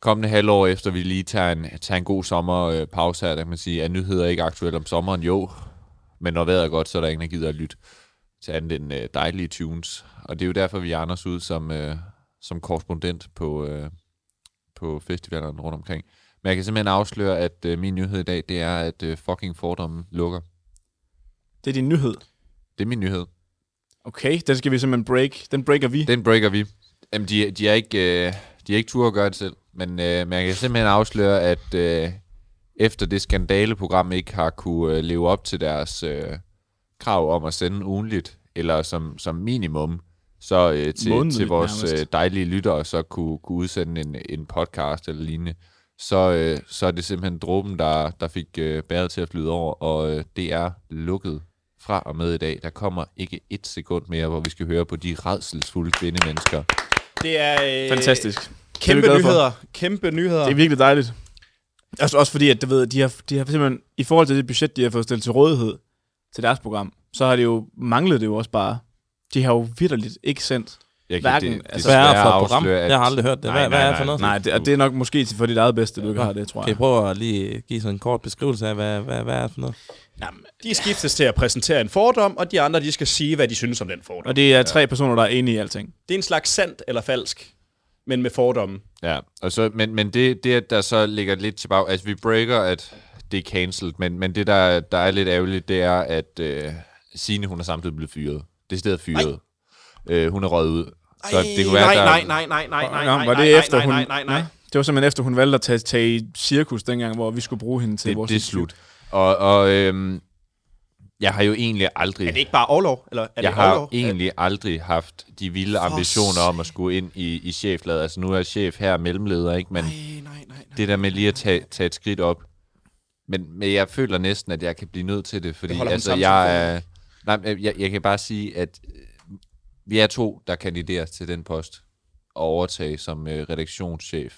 [SPEAKER 7] kommende halvår, efter vi lige tager en, tager en god sommerpause her, der kan man sige, at nyheder ikke aktuelt om sommeren, jo. Men når vejret er godt, så er der ingen, der gider at lytte til andet end øh, dejlige tunes. Og det er jo derfor, vi er Anders ud som, øh, som korrespondent på, øh, på festivalerne rundt omkring. Men jeg kan simpelthen afsløre, at øh, min nyhed i dag, det er, at øh, fucking fordommen lukker.
[SPEAKER 3] Det er din nyhed.
[SPEAKER 7] Det er min nyhed.
[SPEAKER 3] Okay, den skal vi simpelthen break. Den breaker vi.
[SPEAKER 7] Den breaker vi. Jamen, de, de er ikke, øh, de er ikke tur at gøre det selv, men, øh, men jeg kan simpelthen afsløre, at øh, efter det skandaleprogram ikke har kunne øh, leve op til deres øh, krav om at sende ugenligt, eller som, som minimum, så øh, til,
[SPEAKER 3] Månedligt
[SPEAKER 7] til vores
[SPEAKER 3] nærmest.
[SPEAKER 7] øh, dejlige lyttere så kunne, kunne udsende en, en podcast eller lignende, så, øh, så er det simpelthen dråben, der, der fik øh, bæret til at flyde over, og øh, det er lukket fra og med i dag. Der kommer ikke et sekund mere, hvor vi skal høre på de redselsfulde kvindemennesker,
[SPEAKER 6] Det er øh,
[SPEAKER 3] Fantastisk. Det er vi
[SPEAKER 6] Kæmpe
[SPEAKER 3] glade for.
[SPEAKER 6] nyheder. Kæmpe nyheder.
[SPEAKER 3] Det er virkelig dejligt. Altså også fordi, at du ved, de har, de har simpelthen, i forhold til det budget, de har fået stillet til rådighed til deres program, så har det jo manglet det jo også bare. De har jo vidderligt ikke sendt.
[SPEAKER 7] Jeg kan
[SPEAKER 3] Hverken-
[SPEAKER 7] Hverken, det,
[SPEAKER 3] altså,
[SPEAKER 7] altså,
[SPEAKER 8] Hvad er
[SPEAKER 7] desværre
[SPEAKER 8] det for et program?
[SPEAKER 7] afsløre, at
[SPEAKER 8] Jeg har aldrig hørt det. Hvad,
[SPEAKER 7] Nej,
[SPEAKER 8] hvad
[SPEAKER 7] nej,
[SPEAKER 8] er det for
[SPEAKER 7] nej.
[SPEAKER 8] noget?
[SPEAKER 3] Nej, det, og det er nok måske til for dit eget bedste, du ikke har det, tror
[SPEAKER 8] Kan I
[SPEAKER 3] jeg.
[SPEAKER 8] prøve at lige give sådan en kort beskrivelse af, hvad, hvad, hvad er det for noget?
[SPEAKER 6] De skiftes til at præsentere en fordom, og de andre de skal sige, hvad de synes om den fordom.
[SPEAKER 3] Og det er tre personer, der er enige i alting.
[SPEAKER 6] Det er en slags sandt eller falsk, men med fordomme.
[SPEAKER 7] Ja, og så, men, men det, det, at der så ligger lidt tilbage, altså vi breaker, at det er cancelled, men, men det, der, der er lidt ærgerligt, det er, at øh, Signe, hun er samtidig blevet fyret. Det er stedet fyret. Øh, hun er røget ud. Så det kunne være, der,
[SPEAKER 6] nej, nej,
[SPEAKER 3] Nå, var det efter, hun, Nå, Det var simpelthen efter, hun valgte at tage, tage i cirkus dengang, hvor vi skulle bruge hende til
[SPEAKER 7] det,
[SPEAKER 3] vores...
[SPEAKER 7] det er slut. Og, og øhm, jeg har jo egentlig aldrig...
[SPEAKER 6] Er det ikke bare overlov? Eller er
[SPEAKER 7] jeg
[SPEAKER 6] det
[SPEAKER 7] har
[SPEAKER 6] overlov?
[SPEAKER 7] egentlig aldrig haft de vilde ambitioner om at skulle ind i, i cheflaget. Altså nu er jeg chef her og mellemleder, ikke? Men nej, nej, nej, det der med lige at tage, tage et skridt op. Men, men jeg føler næsten, at jeg kan blive nødt til det, fordi
[SPEAKER 6] holder hun
[SPEAKER 7] altså,
[SPEAKER 6] sammen
[SPEAKER 7] jeg, er, nej, men jeg, jeg kan bare sige, at øh, vi er to, der kandiderer til den post og overtage som øh, redaktionschef.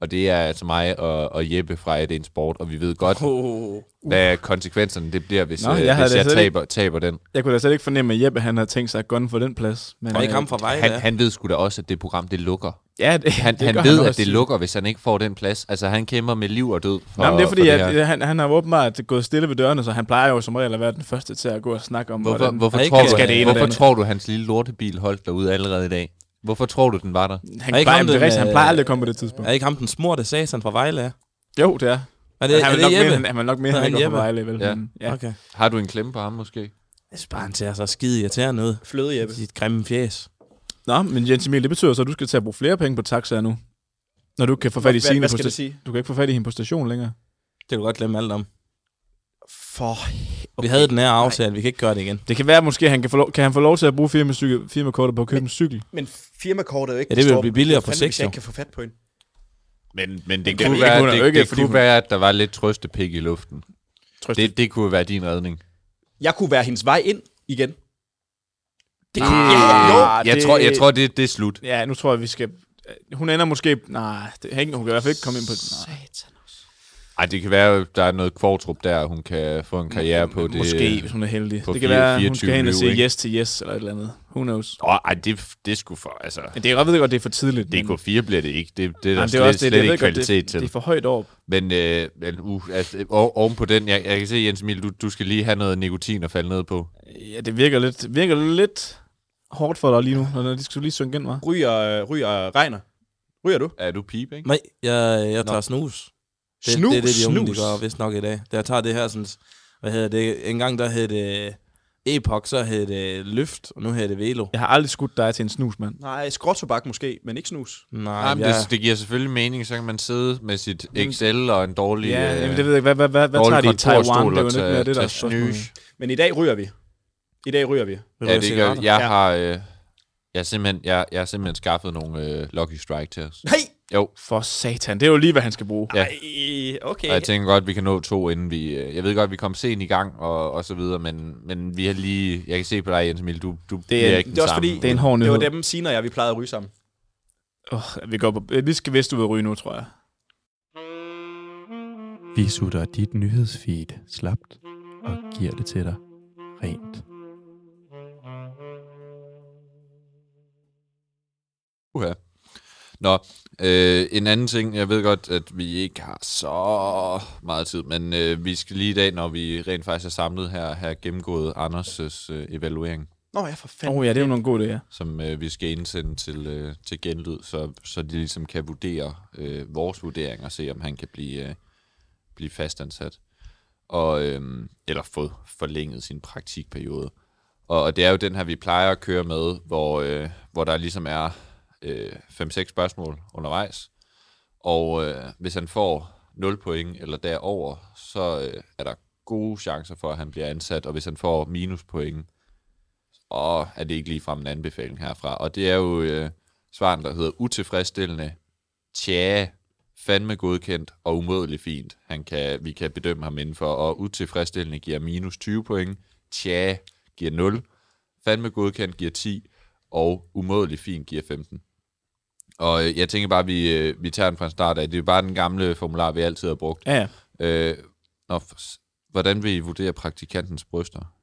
[SPEAKER 7] Og det er altså mig og, og Jeppe fra et Sport, og vi ved godt,
[SPEAKER 3] Oh.
[SPEAKER 7] hvad konsekvenserne det bliver, hvis,
[SPEAKER 3] Nå,
[SPEAKER 7] Nå, øh,
[SPEAKER 3] jeg
[SPEAKER 7] jeg,
[SPEAKER 3] havde
[SPEAKER 7] hvis
[SPEAKER 3] da
[SPEAKER 7] jeg
[SPEAKER 3] slet ikke-
[SPEAKER 7] taber, taber den.
[SPEAKER 3] Jeg kunne da slet ikke fornemme, at Jeppe han havde tænkt sig at gunne for den plads. Men,
[SPEAKER 8] Og ikke
[SPEAKER 3] øh,
[SPEAKER 8] ham fra Vejle.
[SPEAKER 7] Han, han ved sgu da også, at det program, det lukker.
[SPEAKER 3] ja, det,
[SPEAKER 7] Han,
[SPEAKER 3] det
[SPEAKER 7] han
[SPEAKER 3] gør
[SPEAKER 7] ved,
[SPEAKER 3] også.
[SPEAKER 7] at det lukker, hvis han ikke får den plads. Altså, han kæmper med liv og død. For,
[SPEAKER 3] Nå, men det er fordi,
[SPEAKER 7] for
[SPEAKER 3] at
[SPEAKER 7] her.
[SPEAKER 3] han, han har åbenbart gået stille ved dørene, så han plejer jo som regel at være den første til at gå og snakke om,
[SPEAKER 7] Hvorfor,
[SPEAKER 3] hvordan
[SPEAKER 7] hvorfor,
[SPEAKER 8] ikke
[SPEAKER 7] tror,
[SPEAKER 8] kan
[SPEAKER 7] du,
[SPEAKER 8] skal det ene
[SPEAKER 7] han,
[SPEAKER 8] og det
[SPEAKER 7] hvorfor
[SPEAKER 3] andet.
[SPEAKER 7] tror du, hans lille lortebil holdt derude allerede i dag? Hvorfor tror du, den var der?
[SPEAKER 3] han,
[SPEAKER 8] Er ikke
[SPEAKER 3] plejer,
[SPEAKER 8] ham,
[SPEAKER 3] det er
[SPEAKER 8] den,
[SPEAKER 3] rigtigt, han
[SPEAKER 8] øh,
[SPEAKER 3] plejer aldrig at komme på det tidspunkt.
[SPEAKER 8] Er ikke ham den smurte satan fra Vejle? Er
[SPEAKER 3] Jo, det er.
[SPEAKER 8] Er
[SPEAKER 3] Det,
[SPEAKER 8] det,
[SPEAKER 3] han,
[SPEAKER 8] er
[SPEAKER 3] vil
[SPEAKER 8] det
[SPEAKER 3] nok mere,
[SPEAKER 8] Jeppe?
[SPEAKER 3] han, han vil nok mere,
[SPEAKER 8] Er
[SPEAKER 3] han
[SPEAKER 8] han
[SPEAKER 3] ikke går på
[SPEAKER 8] Jeppe?
[SPEAKER 3] Vejle. Vel,
[SPEAKER 7] Ja.
[SPEAKER 3] men, ja.
[SPEAKER 8] Okay.
[SPEAKER 7] Har du en klemme på ham, måske?
[SPEAKER 8] Jeg synes bare, han ser så skide irriterende ud.
[SPEAKER 6] Fløde, Jeppe.
[SPEAKER 8] Sit grimme fjes.
[SPEAKER 3] Nå, men Jens Emil, det betyder så, at du skal til at bruge flere penge på taxaer nu. Når du ikke kan få fat i
[SPEAKER 6] Hvad,
[SPEAKER 3] Signe
[SPEAKER 6] hvad
[SPEAKER 3] på
[SPEAKER 6] skal det
[SPEAKER 3] sta-
[SPEAKER 6] sige?
[SPEAKER 3] Du kan ikke få fat i hende på stationen længere.
[SPEAKER 8] Det kan du godt glemme alt om.
[SPEAKER 6] For
[SPEAKER 8] Vi havde den her aftale, vi kan ikke gøre det igen.
[SPEAKER 3] Det kan være, at måske han kan, få lov, kan han få lov til at bruge firmacykel, firmakortet på at købe en cykel.
[SPEAKER 6] Men firmakortet er jo ikke...
[SPEAKER 8] Ja, det vil jo
[SPEAKER 6] Torben.
[SPEAKER 8] blive billigere
[SPEAKER 6] Hvad
[SPEAKER 8] på
[SPEAKER 6] fanden,
[SPEAKER 8] sigt,
[SPEAKER 6] Hvis jeg
[SPEAKER 8] jo.
[SPEAKER 6] ikke kan få fat på hende.
[SPEAKER 7] Men, men det,
[SPEAKER 3] kunne
[SPEAKER 7] kunne,
[SPEAKER 3] hun
[SPEAKER 7] være,
[SPEAKER 3] jo
[SPEAKER 7] det,
[SPEAKER 3] ikke,
[SPEAKER 7] det,
[SPEAKER 3] fordi
[SPEAKER 7] kunne
[SPEAKER 3] hun-
[SPEAKER 7] være, at der var lidt trøstepik i luften.
[SPEAKER 3] Trøste.
[SPEAKER 7] Det, det kunne være din redning.
[SPEAKER 6] Jeg kunne være hendes vej ind igen. Ah.
[SPEAKER 7] Det,
[SPEAKER 3] Ah, jo,
[SPEAKER 7] jeg,
[SPEAKER 3] det-
[SPEAKER 7] tror, jeg tror, det, det er slut.
[SPEAKER 3] Ja, nu tror jeg, vi skal... Hun ender måske... Nej, det, hun kan i hvert fald ikke komme ind på... Nej.
[SPEAKER 7] Ej, det kan være, at der er noget kvartrup der, hun kan få en karriere på. Det,
[SPEAKER 3] Måske, hvis hun er heldig.
[SPEAKER 7] på
[SPEAKER 3] Det kan
[SPEAKER 7] fire-
[SPEAKER 3] være, hun
[SPEAKER 7] 24
[SPEAKER 3] skal hen og
[SPEAKER 7] liv,
[SPEAKER 3] sige
[SPEAKER 7] ikke?
[SPEAKER 3] yes til yes, eller et eller andet. Who knows?
[SPEAKER 7] Åh, ej, det, det skulle for... Altså,
[SPEAKER 3] Men det er, jeg ved godt, det er for tidligt. men-
[SPEAKER 7] DK4 bliver det ikke. Det, det er der
[SPEAKER 3] Jamen,
[SPEAKER 7] slet, det slet
[SPEAKER 3] jeg
[SPEAKER 7] ikke
[SPEAKER 3] ved godt,
[SPEAKER 7] kvalitet
[SPEAKER 3] det,
[SPEAKER 7] til.
[SPEAKER 3] Det er for højt op.
[SPEAKER 7] Men, øh, men uh, altså, o- oven på den, jeg, jeg kan se, Jens Emil, du, du skal lige have noget nikotin at falde ned på.
[SPEAKER 3] Ja, det virker lidt, virker lidt hårdt for dig lige nu, når de skal lige synge ind, var.
[SPEAKER 6] Ryger, øh, ryger regner. Ryger du?
[SPEAKER 7] Er du pipe, ikke?
[SPEAKER 8] Nej, jeg, jeg tager snus. Det,
[SPEAKER 6] Snus,
[SPEAKER 8] det er det, de unge, de
[SPEAKER 6] snus.
[SPEAKER 8] gør vist nok i dag. Jeg tager det her sådan, hvad hedder det, en gang der hed det øh, Epoch, så hed det øh, Løft, og nu hedder det Velo.
[SPEAKER 3] Jeg har aldrig skudt dig til en snus, mand.
[SPEAKER 6] Nej, skråtobak måske, men ikke snus.
[SPEAKER 8] Nej,
[SPEAKER 7] Nej, men
[SPEAKER 8] jeg,
[SPEAKER 7] det, det giver selvfølgelig mening, så kan man sidde med sit Excel og en dårlig,
[SPEAKER 3] Ja,
[SPEAKER 7] øh,
[SPEAKER 3] jamen, det ved jeg ikke. Hvad, hvad, hvad, hvad
[SPEAKER 7] dårlig
[SPEAKER 3] tager de i Taiwan?
[SPEAKER 7] kontorstol
[SPEAKER 3] Det er jo
[SPEAKER 7] og tage-
[SPEAKER 3] lidt mere det, der er
[SPEAKER 7] tage snus.
[SPEAKER 3] spørgsmålet.
[SPEAKER 6] Men i dag ryger vi. I dag ryger vi.
[SPEAKER 7] Ja, det gør, jeg,
[SPEAKER 6] Ja.
[SPEAKER 7] jeg har... Øh, jeg har simpelthen, jeg, jeg har simpelthen skaffet nogle øh, Lucky Strike til os.
[SPEAKER 6] Nej!
[SPEAKER 7] Jo,
[SPEAKER 3] For satan, det er jo lige, hvad han skal bruge.
[SPEAKER 7] Ja.
[SPEAKER 6] Ej, okay.
[SPEAKER 7] og jeg tænker godt, vi kan nå to, inden vi... Øh, jeg ved godt, vi kom sent i gang og, og så videre, men, men vi har lige... Jeg kan se på dig, Jens Emil, du, du det er, bliver ikke
[SPEAKER 6] det er
[SPEAKER 7] den
[SPEAKER 6] også
[SPEAKER 7] samme.
[SPEAKER 6] fordi-
[SPEAKER 3] Det er en hård
[SPEAKER 6] Det
[SPEAKER 3] nyhed.
[SPEAKER 6] var dem, Sina og jeg, vi plejede at ryge sammen.
[SPEAKER 3] Oh, vi, går på, vi skal vist ud og ryge nu, tror jeg.
[SPEAKER 9] Vi sutter dit nyhedsfeed slapt og giver det til dig rent.
[SPEAKER 7] Uha. Nå, øh, en anden ting, jeg ved godt, at vi ikke har så meget tid, men øh, vi skal lige i dag, når vi rent faktisk er samlet her, have gennemgået Anders' øh, evaluering.
[SPEAKER 6] Nå, Nå ja, for fanden.
[SPEAKER 3] Åh oh, ja, det er jo nogle gode idéer.
[SPEAKER 7] som øh, vi skal indsende til, øh, til genlyd, så, så de ligesom kan vurdere øh, vores vurdering og se, om han kan blive, øh, blive fastansat. Og, øh, eller få forlænget sin praktikperiode. Og, og det er jo den her, vi plejer at køre med, hvor, øh, hvor der ligesom er øh, 5-6 spørgsmål undervejs. Og øh, hvis han får 0 point eller derover, så øh, er der gode chancer for, at han bliver ansat. Og hvis han får minuspoint, og er det ikke ligefrem en anbefaling herfra. Og det er jo øh, svaren, der hedder utilfredsstillende, tja, fandme godkendt og umådeligt fint. Han kan, vi kan bedømme ham indenfor, og utilfredsstillende giver minus 20 point, tja, giver 0, fandme godkendt giver 10, og umådeligt fint giver 15. Og øh, jeg tænker bare, at vi, øh, vi tager den fra en start af. Det er jo bare den gamle formular, vi altid har brugt.
[SPEAKER 3] Ja, ja.
[SPEAKER 7] Øh, nå, for s- hvordan vil I vurdere praktikantens bryster?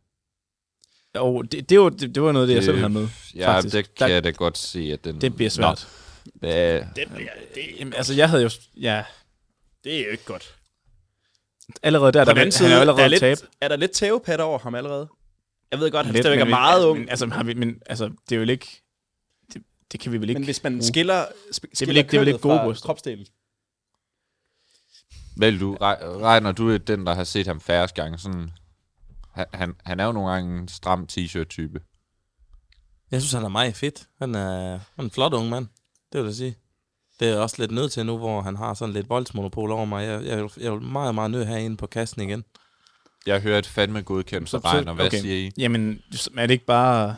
[SPEAKER 3] Og det, det, var, det, det var noget af det, jeg selv havde med.
[SPEAKER 7] Ja,
[SPEAKER 3] faktisk.
[SPEAKER 7] det kan
[SPEAKER 3] Der-
[SPEAKER 7] jeg da godt se, at den...
[SPEAKER 3] Det bliver svært.
[SPEAKER 7] Nå, hvad,
[SPEAKER 6] Det, bliver, det,
[SPEAKER 3] Jamen, altså, jeg havde jo... Ja,
[SPEAKER 6] det er jo ikke godt.
[SPEAKER 3] allerede der,
[SPEAKER 6] På
[SPEAKER 3] der
[SPEAKER 6] den anden
[SPEAKER 3] han
[SPEAKER 6] side,
[SPEAKER 3] er jo
[SPEAKER 6] der er,
[SPEAKER 3] allerede tabt.
[SPEAKER 6] lidt, er der lidt tævepat over ham allerede? Jeg ved godt, han
[SPEAKER 3] Lidt,
[SPEAKER 6] stadigvæk er
[SPEAKER 3] men vi-
[SPEAKER 6] meget
[SPEAKER 3] altså,
[SPEAKER 6] ung.
[SPEAKER 3] Men, altså, har vi, men altså, det er jo ikke... Det, det kan vi vel ikke...
[SPEAKER 6] Men hvis man
[SPEAKER 3] bruge.
[SPEAKER 6] skiller, sp- skiller
[SPEAKER 3] ikke- det er vel ikke
[SPEAKER 6] kønnet
[SPEAKER 3] gode
[SPEAKER 6] fra
[SPEAKER 3] bryster.
[SPEAKER 6] kropsdelen.
[SPEAKER 7] Vel, du, re- regner du er den, der har set ham færrest gange? Sådan, han- han, han er jo nogle gange en stram t-shirt-type.
[SPEAKER 8] Jeg synes, han er meget fedt. Han er, han er en flot ung mand. Det vil jeg sige. Det er jeg også lidt nødt til nu, hvor han har sådan lidt voldsmonopol over mig. Jeg, jeg, vil- jeg vil meget, meget nødt herinde på kassen igen.
[SPEAKER 7] Jeg hører et fandme godkendt
[SPEAKER 3] Så-
[SPEAKER 7] så
[SPEAKER 3] så-
[SPEAKER 7] regner. Hvad
[SPEAKER 3] okay.
[SPEAKER 7] okay. siger I?
[SPEAKER 3] Jamen, er det ikke bare...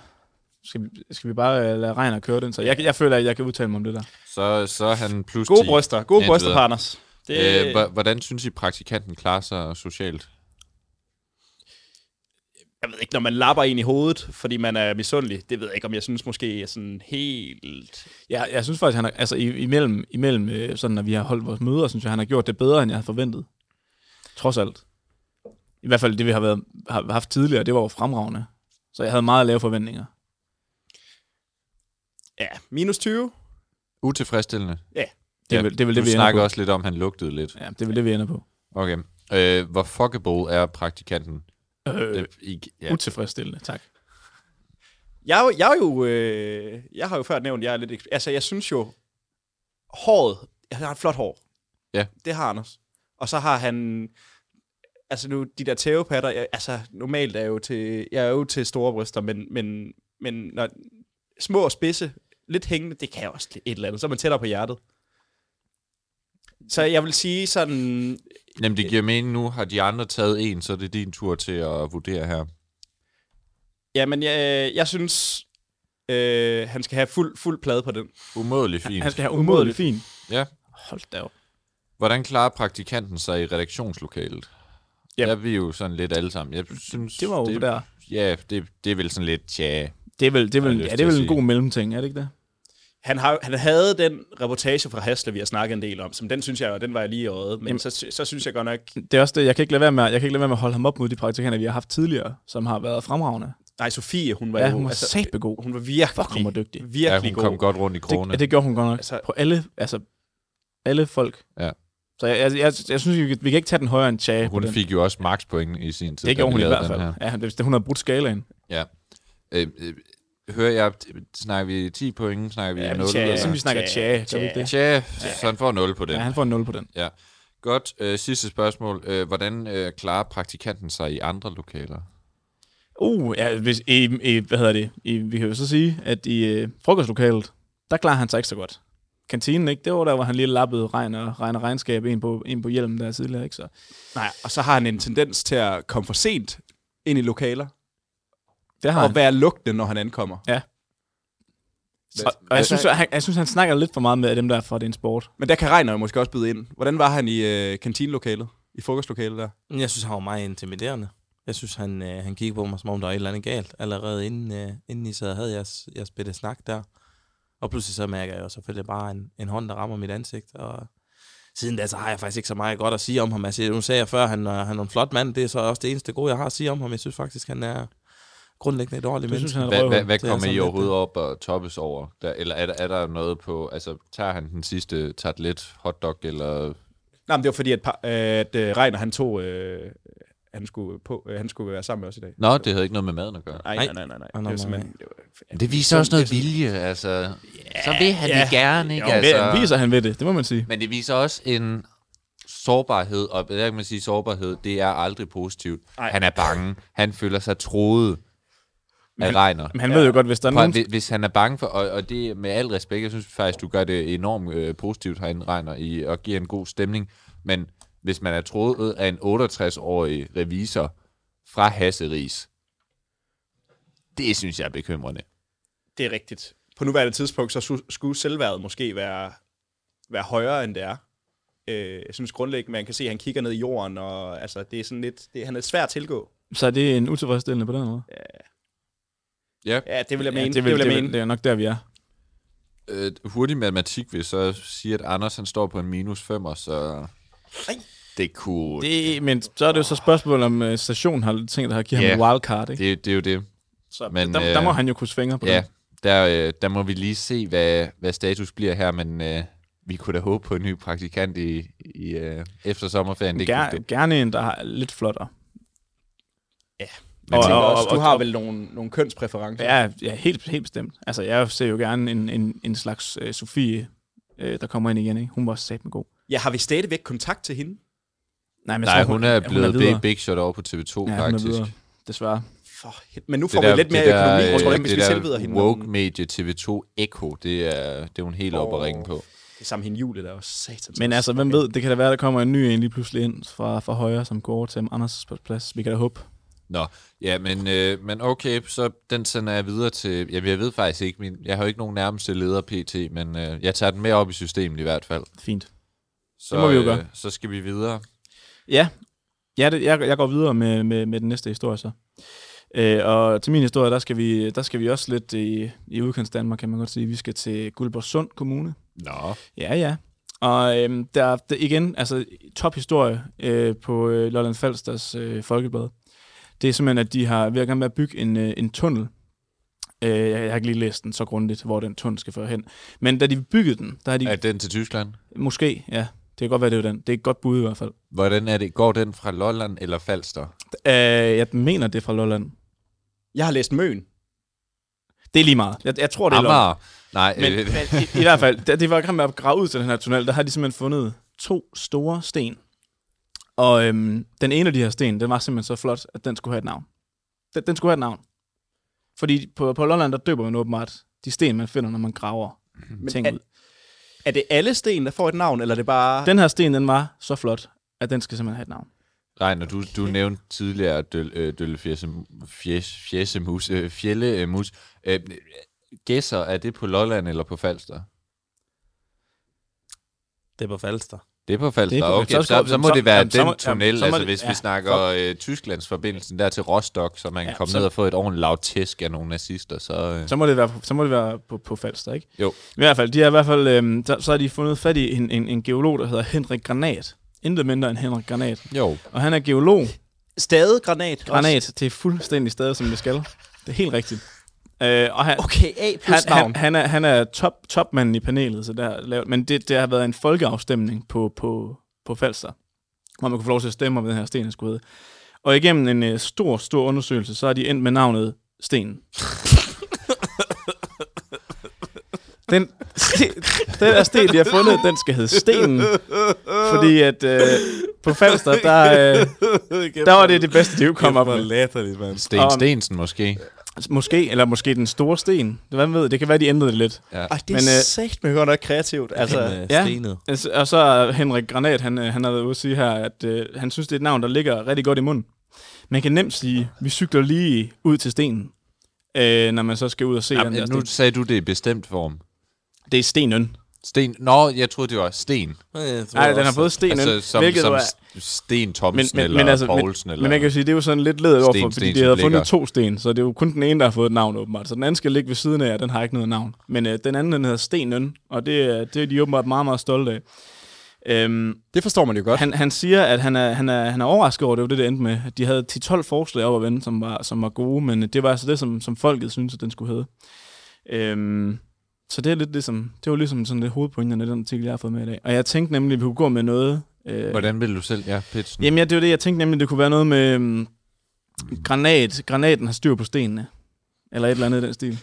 [SPEAKER 3] Skal, vi- skal vi bare øh, lade regn og køre den? Så jeg, jeg føler, at jeg kan udtale mig om det der.
[SPEAKER 7] Så, så er han plus
[SPEAKER 6] Gode
[SPEAKER 7] 10.
[SPEAKER 6] bryster. Gode
[SPEAKER 7] Ja,
[SPEAKER 6] bryster,
[SPEAKER 7] det ved jeg.
[SPEAKER 6] partners. Det,
[SPEAKER 7] Øh, hva- hvordan synes I, praktikanten klarer sig socialt?
[SPEAKER 6] jeg ved ikke, når man lapper en i hovedet, fordi man er misundelig. Det ved jeg ikke, om jeg synes måske er sådan helt...
[SPEAKER 3] Jeg, jeg synes faktisk, han er, altså i- imellem, imellem øh, sådan, når vi har holdt vores møder, synes jeg, han har gjort det bedre, end jeg havde forventet. Trods alt. I hvert fald det, vi har, været, har haft tidligere, det var jo fremragende. Så jeg havde meget lave forventninger.
[SPEAKER 6] Ja, minus 20.
[SPEAKER 7] Utilfredsstillende?
[SPEAKER 3] Det er, ja, vel, det, er vel det,
[SPEAKER 7] du
[SPEAKER 3] vi ender på.
[SPEAKER 7] snakker også lidt om, at han lugtede lidt.
[SPEAKER 3] Ja, det er vel det, vi ender på.
[SPEAKER 7] Okay. Øh, hvor fuckable er praktikanten?
[SPEAKER 3] Øh,
[SPEAKER 7] Det- I-
[SPEAKER 3] ja.
[SPEAKER 7] ja.
[SPEAKER 3] Utilfredsstillende, tak.
[SPEAKER 6] Jeg, er jo- jeg, er jo, øh, jeg har jo før nævnt, jeg er lidt... eks- Altså, jeg synes jo, håret... Jeg har et flot hår.
[SPEAKER 7] Ja.
[SPEAKER 6] Det har Anders. Og så har han... Altså nu, de der tævepatter, jeg, altså normalt er jeg jo til, jeg er jo til store bryster, men, men, men når små og spidse, lidt hængende, det kan også et eller andet. Så er man tættere på hjertet. Så jeg vil sige sådan,
[SPEAKER 7] Jamen, det giver mening nu. Har de andre taget en, så er det din tur til at vurdere her.
[SPEAKER 6] Jamen, jeg, jeg synes, øh, han skal have fuld, fuld plade på den.
[SPEAKER 7] Umådeligt fint.
[SPEAKER 3] Han skal have umådeligt fint.
[SPEAKER 7] Ja.
[SPEAKER 3] Hold da op.
[SPEAKER 7] Hvordan klarer praktikanten sig i redaktionslokalet?
[SPEAKER 3] Jamen.
[SPEAKER 7] Jamen. Der er vi jo sådan lidt alle sammen. Jeg synes,
[SPEAKER 3] Det var jo det, der.
[SPEAKER 7] Ja, det, det er vel sådan lidt, tja.
[SPEAKER 3] Det er vel, det
[SPEAKER 7] Jeg har
[SPEAKER 3] er vel,
[SPEAKER 7] lyst
[SPEAKER 3] ja, det
[SPEAKER 7] til at
[SPEAKER 3] er vel
[SPEAKER 7] sige-
[SPEAKER 3] en god mellemting, er det ikke det?
[SPEAKER 6] Han, har, han havde den reportage fra Hasle, vi har snakket en del om, som den synes jeg, den var jeg lige i øjet, men
[SPEAKER 3] Jamen.
[SPEAKER 6] så, sy- så synes jeg godt nok,
[SPEAKER 3] Det er også det, jeg kan ikke lade være med, at- jeg kan ikke lade være med at holde ham op mod de praktikanter, vi har haft tidligere, som har været fremragende.
[SPEAKER 6] nej, Sofie, hun var
[SPEAKER 3] Ja,
[SPEAKER 6] jo,
[SPEAKER 3] hun var
[SPEAKER 6] altså,
[SPEAKER 3] altså, god.
[SPEAKER 6] hun var virkelig,
[SPEAKER 3] Fuck, hun var dygtig.
[SPEAKER 7] Ja, hun
[SPEAKER 6] virkelig god.
[SPEAKER 7] kom godt rundt i krone.
[SPEAKER 3] Det, det gjorde hun godt nok.
[SPEAKER 6] Altså-
[SPEAKER 3] Altså, på alle, altså, alle folk.
[SPEAKER 7] Ja.
[SPEAKER 3] Så jeg, jeg, jeg, jeg synes, vi kan, vi kan ikke tage den højere end Chage. på
[SPEAKER 7] hun
[SPEAKER 3] den.
[SPEAKER 7] fik jo også maxpoint i sin tid.
[SPEAKER 3] det
[SPEAKER 7] da
[SPEAKER 3] gjorde
[SPEAKER 7] vi
[SPEAKER 3] hun i
[SPEAKER 7] lavede
[SPEAKER 3] hvert
[SPEAKER 7] den
[SPEAKER 3] fald. Ja, det, hun har brudt skalaen.
[SPEAKER 7] her. Øh, øh, hører jeg, snakker vi 10 point, snakker vi
[SPEAKER 3] Ja,
[SPEAKER 7] ja,
[SPEAKER 3] men
[SPEAKER 7] 0?
[SPEAKER 3] tja,
[SPEAKER 7] eller?
[SPEAKER 3] jeg synes, vi snakker Chage. Gør vi ikke det?
[SPEAKER 7] Tja, så han får 0 på den.
[SPEAKER 3] Ja, han får en 0 på den.
[SPEAKER 7] Godt. Øh, sidste spørgsmål. Øh, hvordan øh, klarer praktikanten sig i andre lokaler?
[SPEAKER 3] Uh, ja, hvis, i, i, hvad hedder det? I, vi kan jo så sige, at i øh, frokostlokalet, der klarer han sig ikke så godt. Kantinen, ikke? Det var der, hvor han lige lappede regn og, regn og regnskab ind på, ind på hjelmen der tidligere, ikke? Så
[SPEAKER 6] Nej, og så har han en tendens til at komme for sent ind i lokaler,
[SPEAKER 3] det har
[SPEAKER 6] og
[SPEAKER 3] han.
[SPEAKER 6] være lugtende, når han ankommer.
[SPEAKER 3] Og,
[SPEAKER 7] Altså-
[SPEAKER 3] og jeg, synes, at han, jeg synes, han snakker lidt for meget med dem der fra den sport.
[SPEAKER 6] Men der kan Regner jo måske også byde ind. Hvordan var han i øh, kantinelokalet? I frokostlokalet der?
[SPEAKER 8] Men Jeg synes, han var meget intimiderende. Jeg synes, han, øh, han kiggede på mig, som om der var et eller andet galt. Allerede inden, øh, inden I sad og havde jeres, jeres bitte snak der. Og pludselig så mærker jeg jo selvfølgelig bare en, en hånd, der rammer mit ansigt. Og siden da, så har jeg faktisk ikke så meget godt at sige om ham. Altså, nu sagde jeg før, han, er- han er en flot mand. Det er så også det eneste gode, jeg har at sige om ham. Jeg synes faktisk, han er grundlæggende et ordentligt
[SPEAKER 3] Jeg synes,
[SPEAKER 8] menneske.
[SPEAKER 3] han er
[SPEAKER 7] Hvad,
[SPEAKER 3] et
[SPEAKER 7] hvad,
[SPEAKER 3] røvhul.
[SPEAKER 7] hvad
[SPEAKER 8] Det er
[SPEAKER 7] kommer
[SPEAKER 8] sådan
[SPEAKER 7] I
[SPEAKER 8] lidt
[SPEAKER 7] overhovedet op og toppes over? Der, eller er der, er der noget på... Altså, tager han den sidste tartlet, hotdog eller...
[SPEAKER 6] Nej, men det var fordi, at, pa- at øh, Regner han tog øh, han skulle, på, øh, han skulle være sammen med os i dag.
[SPEAKER 7] Nå, det havde ikke noget med maden at gøre.
[SPEAKER 6] Nej, nej, nej, nej. nej.
[SPEAKER 8] Nå,
[SPEAKER 6] Det
[SPEAKER 8] nå,
[SPEAKER 6] var
[SPEAKER 8] nå.
[SPEAKER 6] simpelthen... Det var,
[SPEAKER 7] Men det viser også noget vilje, altså. Så vil han det gerne, ikke?
[SPEAKER 3] Jo, altså...
[SPEAKER 7] altså.
[SPEAKER 3] det viser han ved det, det må man sige.
[SPEAKER 7] Men det viser også en sårbarhed, og hvad kan man sige, sårbarhed, det er aldrig positivt. Ej. Han er bange. Han føler sig troet af regner.
[SPEAKER 3] Men han ja. ved jo godt, hvis der er nogen...
[SPEAKER 7] Hvis, hvis han er bange for, og, og det med al respekt, jeg synes faktisk, du gør det enormt øh, positivt herinde, Regner, i, og giver en god stemning, men hvis man er troet af en 68-årig revisor fra Hasseris, det synes jeg er bekymrende.
[SPEAKER 6] det er rigtigt. På nuværende tidspunkt, så su- skulle selvværdet måske være, være højere, end det er. Øh, jeg synes grundlæggende, man kan se, at han kigger ned i jorden, og altså, det er sådan lidt, det, han er svær at tilgå.
[SPEAKER 3] Så er det en utilfredsstillende på den måde?
[SPEAKER 6] Ja, det vil jeg mene.
[SPEAKER 3] ja,
[SPEAKER 6] det, vil, jeg
[SPEAKER 3] det,
[SPEAKER 6] mene.
[SPEAKER 3] det er nok der, vi er.
[SPEAKER 7] Øh, hurtig matematik vil så sige, at Anders han står på en minus 5, så det kunne... Det,
[SPEAKER 3] Det, men så er det jo så spørgsmålet, om øh, stationen har ting, der har givet yeah. ham
[SPEAKER 7] Ja.
[SPEAKER 3] en wildcard, ikke?
[SPEAKER 7] det, det er jo det.
[SPEAKER 3] Så
[SPEAKER 7] men,
[SPEAKER 3] der, der, må
[SPEAKER 7] øh,
[SPEAKER 3] han jo kunne svinge på
[SPEAKER 7] Ja,
[SPEAKER 3] den.
[SPEAKER 7] der, øh, der må vi lige se, hvad, hvad status bliver her, men øh, vi kunne da håbe på en ny praktikant i, i øh, efter sommerferien. Det
[SPEAKER 3] Ger,
[SPEAKER 7] kunne, det,
[SPEAKER 3] gerne en, der har lidt flottere.
[SPEAKER 6] Jeg
[SPEAKER 3] og-
[SPEAKER 6] tænker
[SPEAKER 3] og-
[SPEAKER 6] også, du
[SPEAKER 3] og- og-
[SPEAKER 6] har vel nogle, nogle kønspræferencer.
[SPEAKER 3] Ja, ja helt, helt bestemt. Altså, jeg ser jo gerne en, en, en slags øh, Sofie, øh, der kommer ind igen, ikke? Hun var satme god.
[SPEAKER 6] ja, har vi stadigvæk kontakt til hende?
[SPEAKER 3] Nej, men jeg
[SPEAKER 7] nej,
[SPEAKER 3] tror,
[SPEAKER 7] hun er blevet
[SPEAKER 3] hun
[SPEAKER 7] big,
[SPEAKER 3] videre.
[SPEAKER 7] big shot over på TV2,
[SPEAKER 3] Ja, hun er
[SPEAKER 7] faktisk.
[SPEAKER 3] videre, desværre.
[SPEAKER 6] For hel- Men nu får vi lidt mere økonomi, der, tror jeg, hvis vi selvveder hende.
[SPEAKER 7] øh, woke
[SPEAKER 6] om-
[SPEAKER 7] medie TV2 Echo, det er, det er hun helt oh. oppe at
[SPEAKER 6] Åh.
[SPEAKER 7] ringe på.
[SPEAKER 6] Det er sammen hende Julie, der er også satans.
[SPEAKER 3] Men
[SPEAKER 6] også.
[SPEAKER 3] altså, hvem ved, det kan da være, der kommer en ny en lige pludselig ind fra, fra højre, som går over til Anders' plads. Vi kan da håbe.
[SPEAKER 7] Nå, ja, men, øh, men okay, så den sender jeg videre til... Ja, jeg ved faktisk ikke, min, jeg har jo ikke nogen nærmeste leder pt, men øh, jeg tager den med op i systemet i hvert fald.
[SPEAKER 3] Fint.
[SPEAKER 7] Så, øh,
[SPEAKER 3] Det må vi jo gøre.
[SPEAKER 7] så skal vi videre.
[SPEAKER 3] Ja, ja det, jeg, jeg går videre med, med, med den næste historie så. Øh, og til min historie, der skal vi, der skal vi også lidt i, i udkants Danmark, kan man godt sige. Vi skal til Guldborg Sund Kommune.
[SPEAKER 7] Nå.
[SPEAKER 3] Ja, ja. Og øhm, der er der, igen, altså tophistorie øh, på øh, Lolland Falsters øh, Folkeblad. Det er simpelthen, at de har ved at gerne med at bygge en, øh, en tunnel. Øh, jeg, jeg har ikke lige læst den så grundigt, hvor den tunnel skal føre hen. Men da de byggede den, der har de...
[SPEAKER 7] Er den til Tyskland?
[SPEAKER 3] Måske, ja. Det kan godt være, det er den. Det er et godt bud i hvert fald.
[SPEAKER 7] Hvordan er det? Går den fra Lolland eller Falster?
[SPEAKER 3] Øh, jeg mener, det er fra Lolland.
[SPEAKER 6] Jeg har læst Møn.
[SPEAKER 3] Det er lige meget. Jeg, jeg tror, det er Lolland.
[SPEAKER 7] Amager? Nej,
[SPEAKER 3] Men,
[SPEAKER 7] øh, [LAUGHS]
[SPEAKER 3] men i, i hvert fald, da de var i gang med at grave ud til den her tunnel, der har de simpelthen fundet to store sten. Og øhm, den ene af de her sten, den var simpelthen så flot, at den skulle have et navn. Den, den skulle have et navn. Fordi på, på Lolland, der døber man åbenbart de sten, man finder, når man graver Men, ting
[SPEAKER 6] er-
[SPEAKER 3] ud.
[SPEAKER 6] Er det alle sten, der får et navn, eller er det bare...
[SPEAKER 3] Den her sten, den var så flot, at den skal simpelthen have et navn.
[SPEAKER 7] nej, når du, du nævnte tidligere Døl- øh, Dølle Fjesemus, fjes, fjesemus, øh, Fjellemus. Øh, gæsser, er det på Lolland eller på Falster?
[SPEAKER 8] Det er på Falster.
[SPEAKER 7] Det er på Falster,
[SPEAKER 3] Det er på-
[SPEAKER 7] okay.
[SPEAKER 3] så-
[SPEAKER 7] Så, så, så må
[SPEAKER 3] så-
[SPEAKER 7] det være
[SPEAKER 3] jamen, så må-
[SPEAKER 7] den
[SPEAKER 3] jamen,
[SPEAKER 7] tunnel,
[SPEAKER 3] så må
[SPEAKER 7] altså
[SPEAKER 3] det-
[SPEAKER 7] hvis vi
[SPEAKER 3] ja,
[SPEAKER 7] snakker øh, Tysklandsforbindelsen der til Rostock, så man kan
[SPEAKER 3] Ja,
[SPEAKER 7] komme
[SPEAKER 3] så-
[SPEAKER 7] ned og få et ordentligt lavt tæsk af nogle nazister, så... Øh,
[SPEAKER 3] Så må det være, så må det være på, på Falster, ikke?
[SPEAKER 7] Jo.
[SPEAKER 3] I hvert fald, de har i hvert fald, øhm, så, så har de fundet fat i en, en, en geolog, der hedder Henrik Granat. Intet mindre end Henrik Granat.
[SPEAKER 7] jo,
[SPEAKER 3] Og han er geolog,
[SPEAKER 6] Stade granat.
[SPEAKER 3] Granat, det er fuldstændig stadig, som det skal. Det er helt rigtigt. Øh, og han,
[SPEAKER 6] Okay, A
[SPEAKER 3] han,
[SPEAKER 6] plus navn.
[SPEAKER 3] han, han, er, han er top, topmanden i panelet, så der er lavet, men det, det har været en folkeafstemning på, på, på Falster, hvor man kunne få lov til at stemme om den her sten, skulle hedde. Og igennem en øh, stor, stor undersøgelse, så er de endt med navnet Stenen. Den, sten, den her sten, de har fundet, den skal hedde Stenen, fordi at øh, på Falster, der, øh, [LAUGHS] der var det det bedste, de kunne komme op med.
[SPEAKER 8] latterligt, mand.
[SPEAKER 7] Sten
[SPEAKER 3] Om-
[SPEAKER 7] Stensen måske.
[SPEAKER 3] Altså, Måske, eller måske den store sten. Hvem ved, det kan være, de ændrede det lidt.
[SPEAKER 7] Ja.
[SPEAKER 6] Ej, det
[SPEAKER 3] Men,
[SPEAKER 6] er
[SPEAKER 3] øh,
[SPEAKER 6] sagt med godt nok kreativt. Altså,
[SPEAKER 8] Altså, øh,
[SPEAKER 3] ja.
[SPEAKER 8] ja. stenet.
[SPEAKER 3] Altså, Og så er Henrik Granat, han, øh, han har været ude at sige her, at øh, han synes, det er et navn, der ligger rigtig godt i munden. Man kan nemt sige, vi cykler lige ud til stenen, øh, når man så skal ud og se Jamen, den der
[SPEAKER 7] Jamen, nu
[SPEAKER 3] sten.
[SPEAKER 7] sagde du det i bestemt form.
[SPEAKER 3] Det er stenen.
[SPEAKER 7] Sten. Nå, jeg troede, det var sten.
[SPEAKER 3] Nej, den har fået stenen,
[SPEAKER 7] altså, som,
[SPEAKER 3] hvilket
[SPEAKER 7] som
[SPEAKER 3] var...
[SPEAKER 7] S- Sten Thomsen
[SPEAKER 3] Men, men,
[SPEAKER 7] eller
[SPEAKER 3] men, altså,
[SPEAKER 7] Poulsen.
[SPEAKER 3] men,
[SPEAKER 7] eller...
[SPEAKER 3] men man kan jo sige, det er jo sådan lidt ledet overfor,
[SPEAKER 7] Sten
[SPEAKER 3] fordi de
[SPEAKER 7] Stensen
[SPEAKER 3] havde fundet
[SPEAKER 7] ligger.
[SPEAKER 3] to sten, så det er jo kun den ene, der har fået et navn åbenbart. Så den anden skal ligge ved siden af, og den har ikke noget navn. Men øh, den anden, den hedder Stenen, og det, er- det er de åbenbart meget, meget stolte af. Øhm,
[SPEAKER 6] det forstår man jo godt.
[SPEAKER 3] Han, han siger, at han er, han, er, han er overrasket over, at det var det, det endte med. De havde 10-12 forslag op at vende, som var, som var gode, men det var altså det, som, som folket synes, at den skulle hedde. Øhm, så det er lidt ligesom, det var ligesom sådan det hovedpointerne i den artikel, jeg har fået med i dag. Og jeg tænkte nemlig, at vi kunne gå med noget, Øh,
[SPEAKER 7] Hvordan vil du selv ja, pitche den?
[SPEAKER 3] Jamen, ja, det var det, jeg tænkte nemlig, det kunne være noget med øhm, granat. Granaten har styr på stenene. Eller et eller andet i den stil.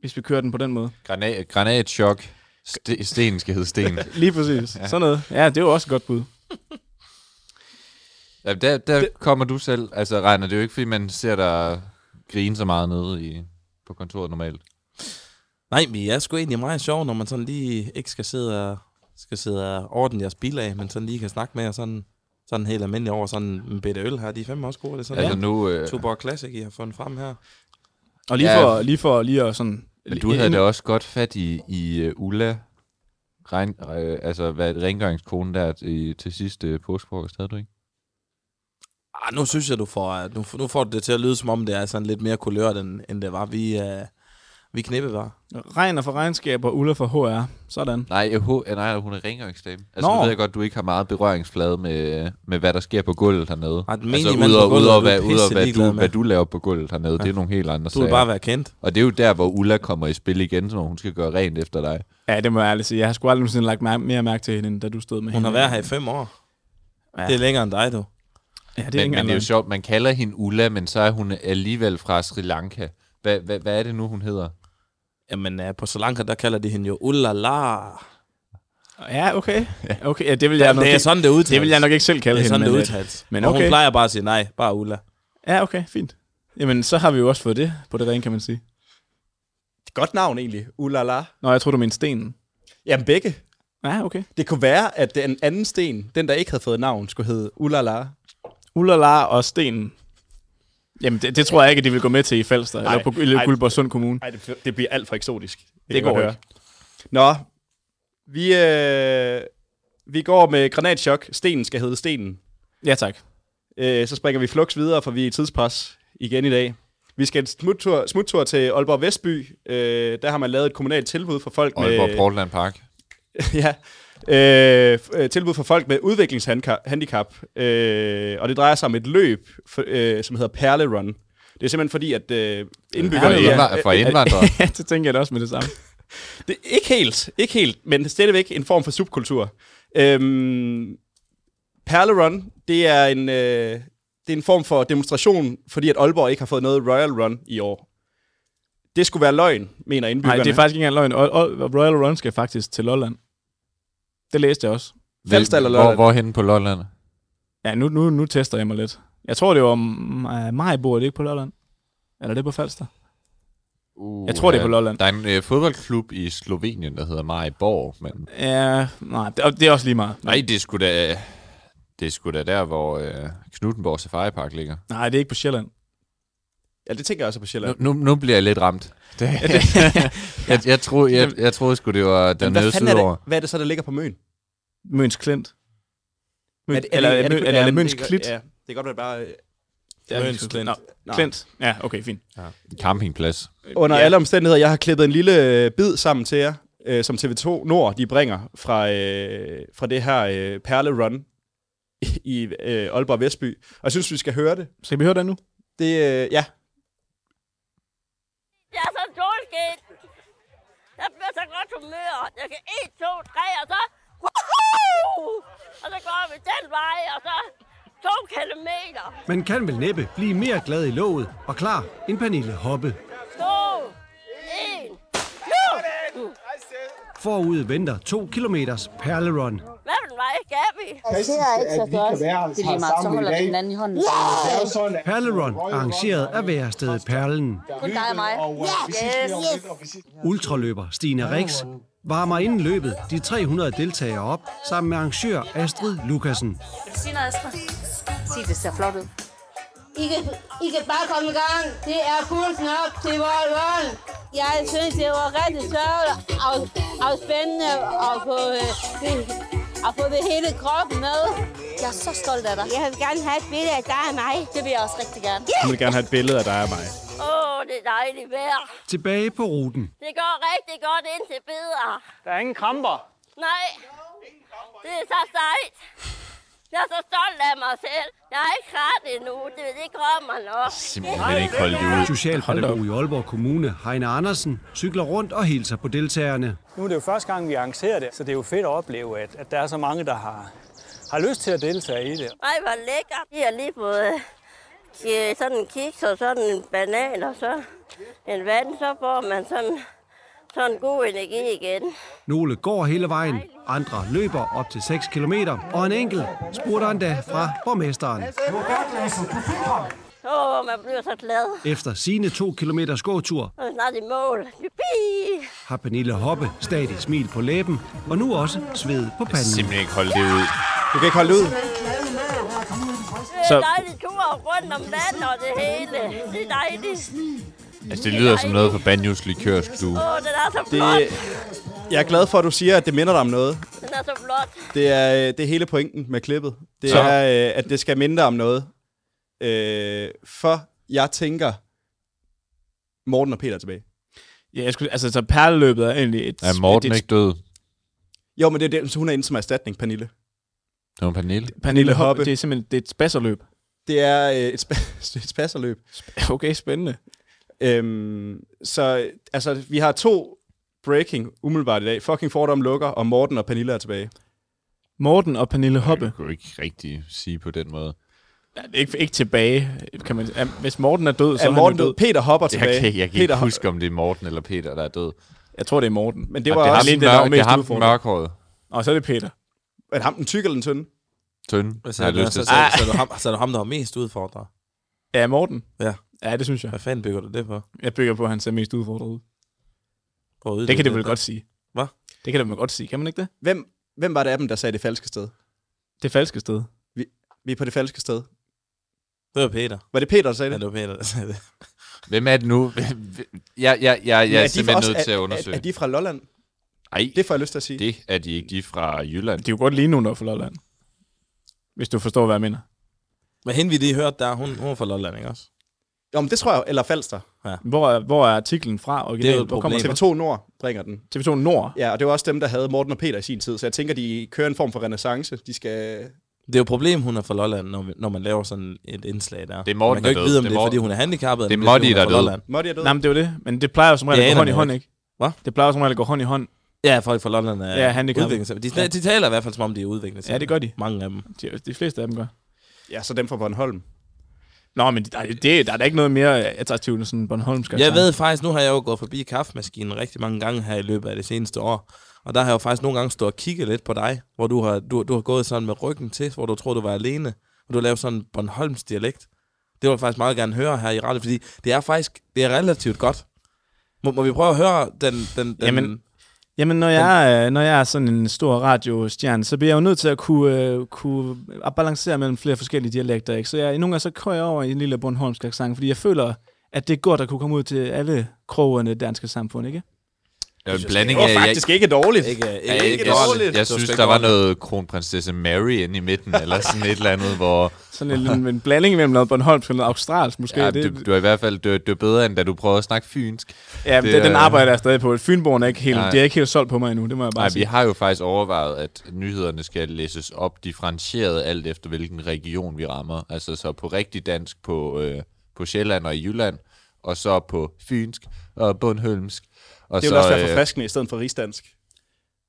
[SPEAKER 3] Hvis vi kører den på den måde.
[SPEAKER 7] Granat, granatchok. Ste, sten skal hedde
[SPEAKER 3] [LAUGHS]
[SPEAKER 7] sten.
[SPEAKER 3] Lige præcis. ja. Sådan noget. Ja, det er jo også et godt bud.
[SPEAKER 7] ja, der, der kommer du selv. Altså, Reiner, det er jo ikke, fordi man ser dig grine så meget nede i, på kontoret normalt.
[SPEAKER 8] Nej, men jeg er sgu egentlig meget sjov, når man sådan lige ikke skal sidde og, skal sidde og ordne jeres bil af, men sådan lige kan snakke med jer sådan, sådan helt almindelig over sådan en bitte øl her. De er fandme også gode, det er sådan
[SPEAKER 7] Altså,
[SPEAKER 8] altså,
[SPEAKER 7] nu... Øh,
[SPEAKER 8] Tuborg Classic, I har fundet frem her.
[SPEAKER 3] Og lige,
[SPEAKER 7] Ja.
[SPEAKER 3] ja. for, lige for lige at sådan...
[SPEAKER 7] men du havde da også godt fat i, i uh, Ulla. Regn, øh, altså, hvad, rengøringskonen der til, til sidste påskefrokost, havde du ikke?
[SPEAKER 8] Ah, nu synes jeg, du får, nu, nu får du det til at lyde, som om det er sådan lidt mere kulørt, end, end det var. Vi, uh, vi knippe var.
[SPEAKER 3] Regner for regnskab og Ulla for HR. Sådan.
[SPEAKER 7] Nej, jeg hå- eh, nej, hun er rengøringsdame. Altså, Nå.
[SPEAKER 3] Nå.
[SPEAKER 7] nu ved jeg godt, du ikke har meget berøringsflade med, øh, med hvad der sker på gulvet hernede.
[SPEAKER 8] Ej, den
[SPEAKER 7] altså,
[SPEAKER 8] menige mand på
[SPEAKER 7] udover-
[SPEAKER 8] gulvet,
[SPEAKER 7] udover
[SPEAKER 8] du er
[SPEAKER 7] hvad, udover
[SPEAKER 8] pisse
[SPEAKER 7] hvad,
[SPEAKER 8] ligeglad
[SPEAKER 7] du,
[SPEAKER 8] med.
[SPEAKER 7] hvad du laver på gulvet hernede, ja. det er nogle helt andre
[SPEAKER 8] Du vil
[SPEAKER 7] sager.
[SPEAKER 8] bare være kendt.
[SPEAKER 7] Og det er jo der, hvor Ulla kommer i spil igen, når hun skal gøre rent efter dig.
[SPEAKER 3] Ja, det må jeg ærligt sige. Jeg har sgu aldrig nogensinde lagt mær- mere mærke til hende, end da du stod med
[SPEAKER 8] Hun
[SPEAKER 3] hende.
[SPEAKER 8] har
[SPEAKER 7] Mhm.
[SPEAKER 8] været her i fem år.
[SPEAKER 3] Ja.
[SPEAKER 8] Ja. Det er længere end dig, du.
[SPEAKER 3] Ja, det er
[SPEAKER 7] Det men,
[SPEAKER 3] ikke
[SPEAKER 7] men det er jo
[SPEAKER 3] engang
[SPEAKER 7] sjovt, man kalder hende Ulla, men så er hun alligevel fra Sri Lanka. Hvad, hvad, hvad er det nu, hun hedder?
[SPEAKER 8] Jamen, uh, på Sri Lanka, der kalder de hende jo Ullala.
[SPEAKER 3] løgn. Ja, okay. okay. Ja, det vil jeg nok
[SPEAKER 8] Det er
[SPEAKER 3] ikke,
[SPEAKER 8] sådan, det udtales.
[SPEAKER 3] det vil jeg nok ikke selv kalde
[SPEAKER 8] det er sådan,
[SPEAKER 3] hende.
[SPEAKER 8] det
[SPEAKER 3] men, øh,
[SPEAKER 8] udtales.
[SPEAKER 3] men
[SPEAKER 8] Men okay. Og
[SPEAKER 3] okay.
[SPEAKER 8] hun plejer bare at sige nej, bare Ulla.
[SPEAKER 3] Ja, okay. Fint. Jamen, så har vi jo også fået det på det rene, kan man sige.
[SPEAKER 6] Godt navn egentlig, ulala.
[SPEAKER 3] Nå, jeg tror du mente stenen.
[SPEAKER 6] Jamen begge.
[SPEAKER 3] Ja, okay.
[SPEAKER 6] Det kunne være, at den anden sten, den der ikke havde fået navn, skulle hedde ulala.
[SPEAKER 3] Ulala og stenen. Jamen, det, det tror jeg ikke, at de vil gå med til i Falster,
[SPEAKER 6] Nej,
[SPEAKER 3] eller på eller
[SPEAKER 6] nej.
[SPEAKER 3] Guldborgsund Kommune.
[SPEAKER 6] Nej, det, det bliver alt for eksotisk. Det, kan
[SPEAKER 3] Det
[SPEAKER 6] jeg
[SPEAKER 3] går
[SPEAKER 6] godt Høre. Nå, vi, øh, vi går med granatchok. Stenen skal hedde stenen.
[SPEAKER 3] Ja, tak.
[SPEAKER 6] Øh, så springer vi flux videre, for vi er i tidspres igen i dag. Vi skal en smuttur, smuttur til Aalborg Vestby. Øh, der har man lavet et kommunalt tilbud for folk
[SPEAKER 7] Aalborg
[SPEAKER 6] med...
[SPEAKER 7] Portland Park.
[SPEAKER 6] ja, øh, f- øh, tilbud for folk med udviklingshandicap. Øh, og det drejer sig om et løb, for, øh, som hedder Perle Run. Det er simpelthen fordi, at øh,
[SPEAKER 7] For,
[SPEAKER 6] indbyggerne...
[SPEAKER 7] indvandrere, for indvandrere.
[SPEAKER 3] ja, det tænker jeg da også med det samme.
[SPEAKER 6] Det, ikke helt, ikke helt, men stadigvæk en form for subkultur. Øhm, Perle Run, det er, en, øh, det er en form for demonstration, fordi at Aalborg ikke har fået noget Royal Run i år. Det skulle være løgn, mener
[SPEAKER 3] Nej,
[SPEAKER 6] indbyggerne.
[SPEAKER 3] det er faktisk ikke engang løgn. Og, og, Royal Run skal faktisk til Lolland. Det læste jeg også.
[SPEAKER 6] Falster eller
[SPEAKER 7] hvor,
[SPEAKER 6] Lolland?
[SPEAKER 7] hvorhenne på Lolland?
[SPEAKER 3] Ja, nu, nu, nu tester jeg mig lidt. Jeg tror, det var mm, øh, Majbo, er det ikke på Lolland? Eller er det på Falster?
[SPEAKER 7] Uh,
[SPEAKER 3] Jeg tror, det er på Lolland.
[SPEAKER 7] Der er en øh, fodboldklub i Slovenien, der hedder Mariborg, men...
[SPEAKER 3] Ja, nej, det, og det er også lige meget.
[SPEAKER 7] Nej, det er sgu da... Det er sgu da der, hvor øh, Knuttenborg Safari Park ligger.
[SPEAKER 3] Nej, det er ikke på Sjælland.
[SPEAKER 6] Ja, det tænker jeg også er på Sjælland.
[SPEAKER 7] Nu, nu, nu bliver [LAUGHS] jeg lidt ramt. Det, jeg, jeg, troede, jeg, jeg troede sgu, det var
[SPEAKER 6] Men hvad
[SPEAKER 7] dernede
[SPEAKER 6] fanden er
[SPEAKER 7] sydover.
[SPEAKER 6] det, hvad er det så, der ligger på møn?
[SPEAKER 3] Møns Klint. Møn, eller er det, eller,
[SPEAKER 6] ja,
[SPEAKER 3] Møns
[SPEAKER 6] det kan-
[SPEAKER 3] Klit?
[SPEAKER 6] Ja, det kan godt være bare... øh,
[SPEAKER 3] Det er
[SPEAKER 8] Møns Klint.
[SPEAKER 3] Nå,
[SPEAKER 6] Nå.
[SPEAKER 3] Klint. Ja, okay, fint.
[SPEAKER 7] Campingplads.
[SPEAKER 6] Under
[SPEAKER 3] Ja.
[SPEAKER 6] alle omstændigheder, jeg har klippet en lille øh, bid sammen til jer, øh, som TV2 Nord de bringer fra, øh, fra det her øh, Perle Run i øh, Aalborg Vestby. Og jeg synes, vi skal høre det.
[SPEAKER 3] Skal vi høre det nu?
[SPEAKER 6] Det, øh, ja,
[SPEAKER 5] Jeg er så solskin. Jeg bliver så godt humør. Jeg kan 1, 2, 3, og så... Woohoo! Og så går vi den vej, og så... 2 kilometer.
[SPEAKER 10] Man kan vel næppe blive mere glad i låget og klar end Pernille Hoppe.
[SPEAKER 5] 2, 1.
[SPEAKER 10] Forud venter 2 km perlerun.
[SPEAKER 5] Hvad for en vej skal vi?
[SPEAKER 11] Jeg sidder ikke så godt. Det er lige meget, så holder den anden i hånden. Det er jo sådan, at
[SPEAKER 10] Perlerun arrangeret af værestedet Perlen.
[SPEAKER 11] kun dig og mig. Yes, yes.
[SPEAKER 10] Ultraløber Stine Rix varmer inden løbet de 300 deltagere op sammen med arrangør Astrid Lukassen.
[SPEAKER 11] Sig noget, Astrid. Sig det ser flot ud. I kan, I kan bare komme i gang. Det er kursen op til vores vold. Jeg synes, det var rigtig sjovt og, og spændende at få, øh, det, at få det hele kroppen med. Jeg er så stolt af dig. Jeg vil gerne have et billede af dig og mig. Det vil jeg også rigtig gerne.
[SPEAKER 6] hun vil gerne have et billede af dig og mig.
[SPEAKER 5] Åh, oh, det er dejligt vejr.
[SPEAKER 10] Tilbage på ruten.
[SPEAKER 5] Det går rigtig godt indtil bedre.
[SPEAKER 11] Der er ingen kramper.
[SPEAKER 5] Nej. Det er så sejt. Jeg er så stolt af mig selv. Jeg har ikke ret endnu. Det, det kommer nok.
[SPEAKER 7] Simpelthen ikke holde det ud.
[SPEAKER 12] Socialpædagog i Aalborg Kommune, Heine Andersen, cykler rundt og hilser på deltagerne.
[SPEAKER 13] Nu er det jo første gang, vi arrangerer det, så det er jo fedt at opleve, at, at der er så mange, der har, har lyst til at deltage i det.
[SPEAKER 5] Ej, hvor lækkert. De har lige fået øh, sådan en kiks og sådan en banan og så en vand. Så får man sådan, sådan god energi igen.
[SPEAKER 12] Nogle går hele vejen, andre løber op til 6 km, og en enkelt spurgte endda fra borgmesteren.
[SPEAKER 5] Du er godt, Lasse. Du Åh, oh, man bliver så glad.
[SPEAKER 12] Efter sine 2 km gåtur
[SPEAKER 5] Så er vi snart i mål. Juppie!
[SPEAKER 12] har Pernille Hoppe stadig smil på læben, og nu også sved på panden.
[SPEAKER 7] Simpelthen ikke holde det ud.
[SPEAKER 12] Du kan ikke holde ud.
[SPEAKER 5] Det er en dejlig tur rundt om landet og det hele. Det er dejligt.
[SPEAKER 7] Altså, det lyder som noget fra Banjos likørstue.
[SPEAKER 5] Åh, oh, den er så flot.
[SPEAKER 6] Det, jeg er glad for, at du siger, at det minder dig om noget.
[SPEAKER 5] Den er så flot.
[SPEAKER 6] Det er, øh, det er hele pointen med klippet. Det
[SPEAKER 7] Så.
[SPEAKER 6] så. er, øh, at det skal minde dig om noget. Øh, for jeg tænker, Morten og Peter er tilbage.
[SPEAKER 3] Ja, jeg skulle, altså, så perleløbet er egentlig et...
[SPEAKER 7] Er Morten
[SPEAKER 3] et,
[SPEAKER 7] ikke død?
[SPEAKER 6] Jo, men det er det, hun er inde som erstatning, Pernille.
[SPEAKER 7] Det var Pernille.
[SPEAKER 3] Pernille Hoppe, det er simpelthen det er et spasserløb. [LAUGHS]
[SPEAKER 6] Det er øh, et, [LAUGHS] spa- et spasserløb.
[SPEAKER 3] Okay, spændende.
[SPEAKER 6] Øhm, så altså, vi har to breaking umiddelbart i dag. Fucking fordom lukker, og Morten og Pernille er tilbage.
[SPEAKER 3] Morten og Pernille Hoppe.
[SPEAKER 7] Det kunne du ikke rigtig sige på den måde.
[SPEAKER 3] Ja, Ikke, ikke tilbage, kan man... ja, Hvis Morten er død, så
[SPEAKER 6] Er
[SPEAKER 3] er
[SPEAKER 6] Morten
[SPEAKER 3] han jo
[SPEAKER 6] død? Peter Hopper
[SPEAKER 7] Jeg kan,
[SPEAKER 6] tilbage.
[SPEAKER 7] jeg kan ikke
[SPEAKER 6] Peter
[SPEAKER 7] huske, om det er Morten eller Peter, der er død.
[SPEAKER 3] Jeg tror, det er Morten.
[SPEAKER 6] Men det
[SPEAKER 7] Og
[SPEAKER 6] var
[SPEAKER 7] det er
[SPEAKER 6] også...
[SPEAKER 7] ham,
[SPEAKER 6] lidt
[SPEAKER 7] den
[SPEAKER 6] der var
[SPEAKER 7] mør- det
[SPEAKER 6] mest
[SPEAKER 7] er ham den
[SPEAKER 6] udfordrende.
[SPEAKER 7] mørkhåret.
[SPEAKER 3] Og så er det Peter.
[SPEAKER 6] Er det ham den tykke eller den tynde?
[SPEAKER 7] Tønde.
[SPEAKER 8] Hvad
[SPEAKER 7] Jeg har
[SPEAKER 8] sagde du? Så,
[SPEAKER 7] lyst til
[SPEAKER 8] så,
[SPEAKER 7] at
[SPEAKER 8] så,
[SPEAKER 7] sige.
[SPEAKER 8] er du ham, så er du ham, der har mest udfordret.
[SPEAKER 3] Ja, Morten.
[SPEAKER 8] Ja.
[SPEAKER 3] Ja, det synes jeg.
[SPEAKER 8] Hvad fanden bygger du det på?
[SPEAKER 3] Jeg bygger på, at han ser mest udfordret ud.
[SPEAKER 8] Prøv at
[SPEAKER 3] Det kan
[SPEAKER 8] uddybe
[SPEAKER 3] det vel godt sige.
[SPEAKER 8] Hvad?
[SPEAKER 3] Det kan det vel godt sige, kan man ikke det?
[SPEAKER 6] Hvem, hvem var det af dem, der sagde det falske sted?
[SPEAKER 3] Det falske sted.
[SPEAKER 6] Vi er på det falske sted.
[SPEAKER 8] Det var Peter.
[SPEAKER 6] Var det Peter, der sagde
[SPEAKER 8] Ja,
[SPEAKER 6] det?
[SPEAKER 8] det var Peter, der sagde det.
[SPEAKER 7] Hvem er det nu? jeg, jeg, jeg,
[SPEAKER 6] Men
[SPEAKER 7] jeg er
[SPEAKER 6] de fra-
[SPEAKER 7] simpelthen
[SPEAKER 6] også-
[SPEAKER 7] nødt til at
[SPEAKER 6] er- er-
[SPEAKER 7] undersøge.
[SPEAKER 6] Er, de fra Lolland?
[SPEAKER 7] Nej,
[SPEAKER 6] Det får jeg lyst til at sige.
[SPEAKER 7] det er de ikke. De er fra Jylland.
[SPEAKER 3] Det er jo godt lige nu, når for Lolland. Hvis du forstår, hvad jeg mener.
[SPEAKER 8] Men hende vi lige hørte der, hun, hun er fra Lolland, ikke også?
[SPEAKER 6] Jo, men det tror jeg, eller Falster.
[SPEAKER 3] Hvor er, hvor er artiklen fra?
[SPEAKER 8] Det er jo
[SPEAKER 3] Originalen?
[SPEAKER 8] et
[SPEAKER 3] Hvor
[SPEAKER 8] problem.
[SPEAKER 3] kommer TV2?
[SPEAKER 6] TV2 Nord bringer den.
[SPEAKER 3] TV2 Nord.
[SPEAKER 6] Ja, og det var også dem, der havde Morten og Peter i sin tid, så jeg tænker, de kører en form for renaissance. De skal...
[SPEAKER 8] Det er jo et problem, hun er fra Lolland, når, vi- når man laver sådan et indslag der.
[SPEAKER 7] Det er Morten,
[SPEAKER 8] man
[SPEAKER 7] der
[SPEAKER 8] kan jo ikke
[SPEAKER 7] døde.
[SPEAKER 8] vide, om
[SPEAKER 7] Det er
[SPEAKER 8] det er, fordi
[SPEAKER 7] Morten.
[SPEAKER 8] hun er handicappet.
[SPEAKER 7] Det er
[SPEAKER 8] eller fordi
[SPEAKER 7] Motti,
[SPEAKER 8] hun
[SPEAKER 7] der
[SPEAKER 8] fra
[SPEAKER 7] døde.
[SPEAKER 8] Lolland.
[SPEAKER 6] Måtte jeg døde?
[SPEAKER 3] Nej, men det er jo det. Men det plejer jo som regel
[SPEAKER 8] Det
[SPEAKER 3] at gå
[SPEAKER 8] aner man jo
[SPEAKER 3] hånd i hånd, ikke?
[SPEAKER 8] Hvad?
[SPEAKER 3] Det plejer jo som regel at gå hånd i hånd.
[SPEAKER 8] Ja, folk fra Lolland er
[SPEAKER 3] Ja, handicappede.
[SPEAKER 8] udviklingshæmmede. De, de, taler i hvert fald, som om de er udviklingshæmmede.
[SPEAKER 3] Ja, det gør de.
[SPEAKER 8] Mange af dem.
[SPEAKER 3] De, de fleste af dem gør.
[SPEAKER 6] Ja, så dem fra Bornholm.
[SPEAKER 3] Nå, men der, det, der er da ikke noget mere attraktivt end sådan en Bornholmsk
[SPEAKER 8] Jeg ved faktisk, nu har jeg jo gået forbi kaffemaskinen rigtig mange gange her i løbet af det seneste år. Og der har jeg jo faktisk nogle gange stået og kigget lidt på dig, hvor du har, du, du har gået sådan med ryggen til, hvor du tror, du var alene, og du har lavet sådan en Bornholms dialekt. Det vil jeg faktisk meget gerne høre her i radio, fordi det er faktisk det er relativt godt. Må, må vi prøve at høre den... den, den
[SPEAKER 3] Jamen, Jamen, når jeg, er, når jeg er sådan en stor radiostjerne, så bliver jeg jo nødt til at kunne, øh, kunne balancere mellem flere forskellige dialekter. Ikke? Så jeg, nogle gange så kører jeg over i en lille Bornholmsk accent, fordi jeg føler, at det er godt at kunne komme ud til alle krogerne i det danske samfund, ikke?
[SPEAKER 7] Det er en blanding
[SPEAKER 6] Det
[SPEAKER 7] af... Jeg,
[SPEAKER 6] var faktisk ikke dårligt.
[SPEAKER 8] ikke,
[SPEAKER 7] jeg, jeg,
[SPEAKER 8] ikke dårligt.
[SPEAKER 7] jeg,
[SPEAKER 8] Det var
[SPEAKER 7] jeg synes,
[SPEAKER 8] sgu ikke
[SPEAKER 7] der var
[SPEAKER 8] dårligt.
[SPEAKER 7] noget kronprinsesse Mary inde i midten, eller sådan et eller andet, hvor...
[SPEAKER 3] Sådan en, en, en blanding mellem noget Bornholmsk og noget australsk, måske.
[SPEAKER 7] Ja,
[SPEAKER 3] Ja, det,
[SPEAKER 7] du, du er i hvert fald du, du er bedre, end da du prøvede at snakke fynsk.
[SPEAKER 3] ja det,
[SPEAKER 7] det
[SPEAKER 3] den
[SPEAKER 7] er-
[SPEAKER 3] arbejder jeg stadig på. Fynborgen er ikke helt,
[SPEAKER 7] Nej.
[SPEAKER 3] de er ikke helt solgt på mig endnu, det må jeg bare
[SPEAKER 7] Nej,
[SPEAKER 3] Nej,
[SPEAKER 7] vi
[SPEAKER 3] sige.
[SPEAKER 7] har jo faktisk overvejet, at nyhederne skal læses op differentieret alt efter, hvilken region vi rammer. Altså så på rigtig dansk på, øh, på Sjælland og i Jylland, og så på fynsk og bundhølmsk. Og
[SPEAKER 6] Det
[SPEAKER 7] så,
[SPEAKER 6] ville også være
[SPEAKER 7] øh,
[SPEAKER 6] forfriskende i stedet for rigsdansk.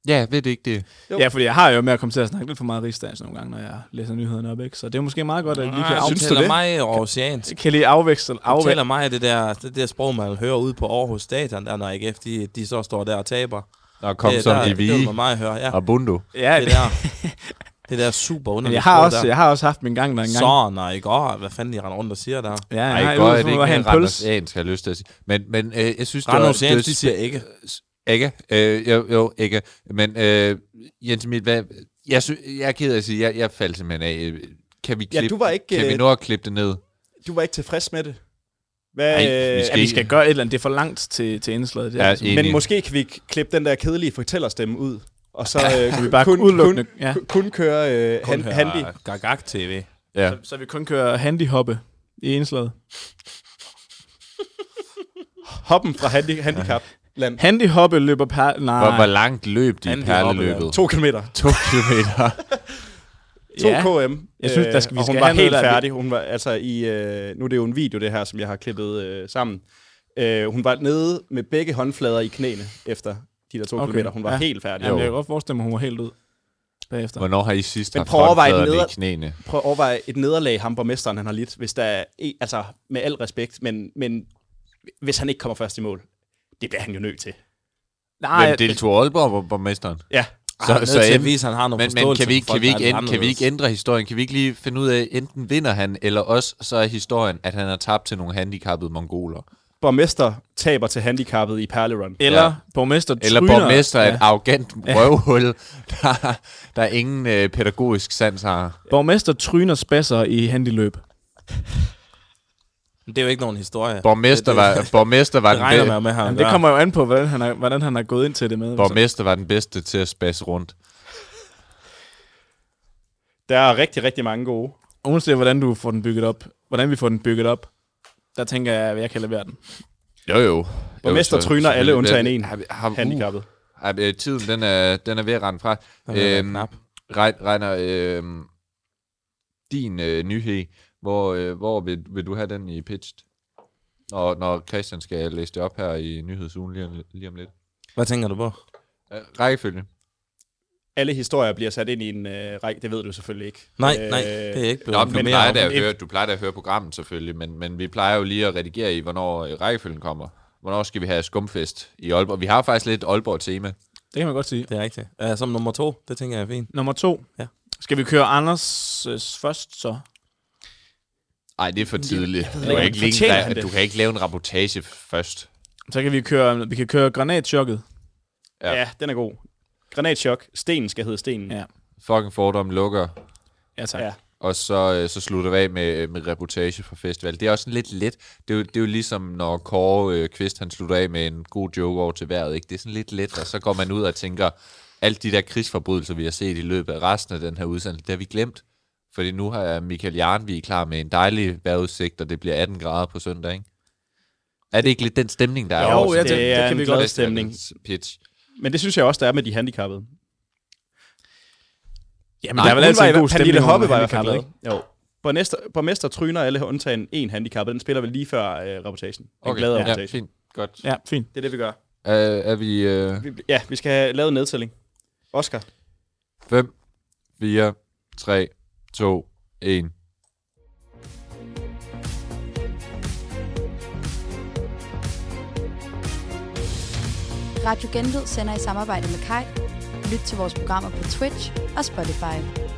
[SPEAKER 7] Ja, ved det ikke det?
[SPEAKER 6] Jo.
[SPEAKER 3] Ja, fordi jeg har jo med at komme til at snakke lidt for meget rigsdansk nogle gange, når jeg læser nyhederne op, ikke? Så det er måske meget godt, at vi kan,
[SPEAKER 8] Jeg
[SPEAKER 3] af,
[SPEAKER 8] Ah, synes du det? mig og oceansk.
[SPEAKER 3] kan lige afveksle,
[SPEAKER 8] Afvæ-
[SPEAKER 3] afveksle
[SPEAKER 8] taler mig af det der, det der sprog, man hører ude på Aarhus Stadion, der når AGF, de, de så står der og taber.
[SPEAKER 7] Og kom
[SPEAKER 8] det,
[SPEAKER 7] som
[SPEAKER 8] der,
[SPEAKER 7] i
[SPEAKER 8] Det
[SPEAKER 7] Vige
[SPEAKER 8] var mig hører, ja.
[SPEAKER 7] og Bundo.
[SPEAKER 3] Ja,
[SPEAKER 8] Det der, det der super
[SPEAKER 3] Men
[SPEAKER 8] underlige
[SPEAKER 3] jeg har,
[SPEAKER 8] sprog
[SPEAKER 3] også,
[SPEAKER 8] der.
[SPEAKER 3] jeg har også haft min gang der engang.
[SPEAKER 8] Så, når I går, hvad fanden de render rundt og siger der.
[SPEAKER 3] Ja, jeg
[SPEAKER 7] Ej,
[SPEAKER 3] har
[SPEAKER 7] godt, at
[SPEAKER 3] ude
[SPEAKER 7] det
[SPEAKER 3] for at
[SPEAKER 7] ikke
[SPEAKER 3] have
[SPEAKER 7] en altså.
[SPEAKER 3] en
[SPEAKER 7] randersiansk,
[SPEAKER 3] pølse.
[SPEAKER 7] har jeg lyst til at sige. Men, men øh, jeg synes, det
[SPEAKER 8] Randers
[SPEAKER 7] var-
[SPEAKER 8] Oceansk,
[SPEAKER 7] det
[SPEAKER 8] de siger ikke.
[SPEAKER 7] Ikke? Øh, jo, jo, ikke. Men øh, Jens Emil, hvad, jeg, sy- jeg er ked af at sige, jeg, jeg faldt simpelthen af. Øh, Kan vi,
[SPEAKER 6] Ja,
[SPEAKER 7] klippe,
[SPEAKER 6] du var ikke,
[SPEAKER 7] kan vi
[SPEAKER 6] øh,
[SPEAKER 7] nå at klippe det ned?
[SPEAKER 6] Du var ikke tilfreds med det. Hvad, øh,
[SPEAKER 7] Ej, vi
[SPEAKER 3] Ja, vi skal gøre et eller andet. Det er for langt til, til indslaget. Det
[SPEAKER 7] Ja,
[SPEAKER 3] er, altså
[SPEAKER 7] enig.
[SPEAKER 6] Men måske kan vi klippe den der kedelige fortællerstemme ud, og så øh,
[SPEAKER 3] vi bare
[SPEAKER 6] kun,
[SPEAKER 3] udelukkende-
[SPEAKER 6] kun,
[SPEAKER 3] ja.
[SPEAKER 6] kun køre øh, han,
[SPEAKER 8] høre
[SPEAKER 6] handy.
[SPEAKER 8] Gagak TV.
[SPEAKER 7] Ja.
[SPEAKER 3] så, så vi kun kører handyhoppe i indslaget.
[SPEAKER 6] Hoppen fra handi, handicapland.
[SPEAKER 3] Handyhoppe løber per... Nej.
[SPEAKER 7] Hvor, hvor langt løb de i
[SPEAKER 8] Fanden, de har
[SPEAKER 7] perleløbet?
[SPEAKER 6] To kilometer.
[SPEAKER 7] to kilometer.
[SPEAKER 6] 2
[SPEAKER 3] Ja.
[SPEAKER 6] KM.
[SPEAKER 3] Jeg synes, der skal- vi
[SPEAKER 6] og hun
[SPEAKER 3] skal
[SPEAKER 6] var
[SPEAKER 3] have noget,
[SPEAKER 6] helt
[SPEAKER 3] der er
[SPEAKER 6] færdig. Hun var, altså, i, øh, nu er det jo en video, det her, som jeg har klippet øh, sammen. Øh, hun var nede med begge håndflader i knæene efter de der to okay. kilometer. Hun var ja. helt færdig.
[SPEAKER 3] Jamen, jeg kan godt forestille mig, hun var helt ud bagefter.
[SPEAKER 7] Hvornår har I sidst
[SPEAKER 6] Men
[SPEAKER 7] haft
[SPEAKER 6] prøv at overveje, et
[SPEAKER 7] håndfladerne
[SPEAKER 6] neder...
[SPEAKER 7] i knæene?
[SPEAKER 6] prøv at overveje et nederlag, ham borgmesteren han har lidt, hvis der er, en- altså med al respekt, men, men hvis han ikke kommer først i mål, det bliver han jo nødt til.
[SPEAKER 3] Nej,
[SPEAKER 7] Hvem deltog Aalborg hvor borgmesteren?
[SPEAKER 6] Ja.
[SPEAKER 7] Så,
[SPEAKER 4] Han er nødt
[SPEAKER 7] så
[SPEAKER 4] til at
[SPEAKER 7] enten-
[SPEAKER 4] vise, at han har noget
[SPEAKER 7] men, men
[SPEAKER 4] forståelse
[SPEAKER 7] kan vi, ikke-
[SPEAKER 4] for
[SPEAKER 7] kan, vi
[SPEAKER 4] folk, der
[SPEAKER 7] ikke
[SPEAKER 4] er
[SPEAKER 7] ændre, kan vi
[SPEAKER 4] anderledes.
[SPEAKER 7] ikke ændre historien? Kan vi ikke lige finde ud af, enten vinder han, eller også så er historien, at han har tabt til nogle handicappede mongoler.
[SPEAKER 6] Borgmester taber til handicappet i Perlerun.
[SPEAKER 3] Eller ja. borgmester
[SPEAKER 7] Eller
[SPEAKER 3] tryner-
[SPEAKER 7] borgmester er et
[SPEAKER 3] Ja.
[SPEAKER 7] arrogant
[SPEAKER 3] Ja.
[SPEAKER 7] røvhul, der, der ingen øh, pædagogisk sans har.
[SPEAKER 3] Borgmester tryner spasser i handiløb.
[SPEAKER 4] Men det er jo ikke nogen historie.
[SPEAKER 7] Borgmester
[SPEAKER 4] Det- det-
[SPEAKER 7] var- borgmester var
[SPEAKER 4] det
[SPEAKER 7] den
[SPEAKER 4] regner
[SPEAKER 7] be-
[SPEAKER 4] man jo med her.
[SPEAKER 3] Jamen, det kommer jo an på, hvordan han er, hvordan han har gået ind til det med.
[SPEAKER 7] Borgmester var den bedste til at spasse rundt.
[SPEAKER 6] Der er rigtig, rigtig mange gode.
[SPEAKER 3] Altså, Uanset hvordan du får den bygget op, hvordan vi får den bygget op, der tænker jeg, at jeg kan levere den.
[SPEAKER 7] Jo, jo.
[SPEAKER 6] Borgmester
[SPEAKER 7] Jo, så-
[SPEAKER 6] tryner alle
[SPEAKER 7] selvfølgelig.
[SPEAKER 6] undtagen en
[SPEAKER 7] Har vi- har- uh.
[SPEAKER 6] handicappet.
[SPEAKER 7] Ej, øh, tiden, den er, den er ved at rende fra.
[SPEAKER 4] Den er ved at være
[SPEAKER 7] knap. Regn, regner øhm, din øh, nyhed, hvor, øh, hvor vil, vil du have den i pitched? Når, når Christian skal læse det op her i nyhedsugen lige om, lige om lidt.
[SPEAKER 4] Hvad tænker du på?
[SPEAKER 7] Øh, rækkefølge.
[SPEAKER 6] Alle historier bliver sat ind i en øh, række, det ved du selvfølgelig ikke.
[SPEAKER 4] Nej,
[SPEAKER 6] Øh,
[SPEAKER 4] nej, det er ikke blevet
[SPEAKER 7] Nå, men du,
[SPEAKER 8] øh,
[SPEAKER 4] informeret
[SPEAKER 7] plejer
[SPEAKER 4] om.
[SPEAKER 7] da at høre, du plejer da at høre programmet selvfølgelig, men, men vi plejer jo lige at redigere i, hvornår øh, rækkefølgen kommer. Hvornår skal vi have skumfest i Aalborg? Vi har faktisk lidt Aalborg-tema.
[SPEAKER 3] Det kan man godt sige.
[SPEAKER 4] Det er rigtigt. Uh, som nummer to, det tænker jeg er fint.
[SPEAKER 3] Nummer to.
[SPEAKER 4] Ja.
[SPEAKER 3] Skal vi køre Anders øh, først, så?
[SPEAKER 7] Nej, det er for tidligt.
[SPEAKER 3] ved
[SPEAKER 7] Du
[SPEAKER 3] ikke,
[SPEAKER 7] kan
[SPEAKER 3] om
[SPEAKER 7] ikke, længe,
[SPEAKER 3] fortjener han
[SPEAKER 7] dig,
[SPEAKER 3] det?
[SPEAKER 7] du kan ikke lave en rapportage først.
[SPEAKER 3] Så kan vi køre, vi kan køre granatchokket.
[SPEAKER 7] Ja.
[SPEAKER 6] Ja. ja, den er god. Granatchok. Stenen skal hedde stenen.
[SPEAKER 3] Ja.
[SPEAKER 7] Fucking fordom lukker,
[SPEAKER 3] Ja, tak.
[SPEAKER 6] Ja.
[SPEAKER 7] og så, øh, så slutter vi af med, med reportage fra festival. Det er også sådan lidt let. Det er, jo, det er jo ligesom, når Kåre øh, Kvist han slutter af med en god joke over til vejret. Ikke? Det er sådan lidt let, og så går man ud og tænker, alt de der krigsforbrydelser, vi har set i løbet af resten af den her udsendelse, det har vi glemt. Fordi nu har Michael Jarnvig klar med en dejlig vejrudsigt, og det bliver 18 grader på søndag, ikke? Er det ikke lidt den stemning, der er?
[SPEAKER 6] Jo,
[SPEAKER 7] over
[SPEAKER 6] jeg
[SPEAKER 7] sådan
[SPEAKER 6] tænker,
[SPEAKER 7] en
[SPEAKER 6] det kan vi godt.
[SPEAKER 7] festivalens Pitch.
[SPEAKER 6] Men det synes jeg også, der er med de handicappede.
[SPEAKER 3] Jamen,
[SPEAKER 7] Nej,
[SPEAKER 3] der er vel
[SPEAKER 6] Hun
[SPEAKER 3] altid
[SPEAKER 6] var i
[SPEAKER 3] en
[SPEAKER 6] hver-
[SPEAKER 3] god stemning.
[SPEAKER 6] Pernille
[SPEAKER 3] når man
[SPEAKER 6] Hoppe
[SPEAKER 3] er
[SPEAKER 6] var i hvert fald
[SPEAKER 3] handicappet,
[SPEAKER 6] glad. Jo. Borgmester, borgmester tryner alle undtagen en handicap, den spiller vi lige før øh, rapportagen. En okay.
[SPEAKER 7] Okay,
[SPEAKER 6] glad
[SPEAKER 7] ja,
[SPEAKER 6] rapportage. Ja.
[SPEAKER 7] fint. Godt.
[SPEAKER 3] ikke? Ja, fint.
[SPEAKER 6] Det er det, vi gør.
[SPEAKER 7] Er, er vi... Øh...
[SPEAKER 6] Vi, ja, vi skal have lavet en nedtælling. Oscar.
[SPEAKER 7] 5, 4, 3, 2, 1.
[SPEAKER 1] Radio Genlyd sender i samarbejde med Kai. Lyt til vores programmer på Twitch og Spotify.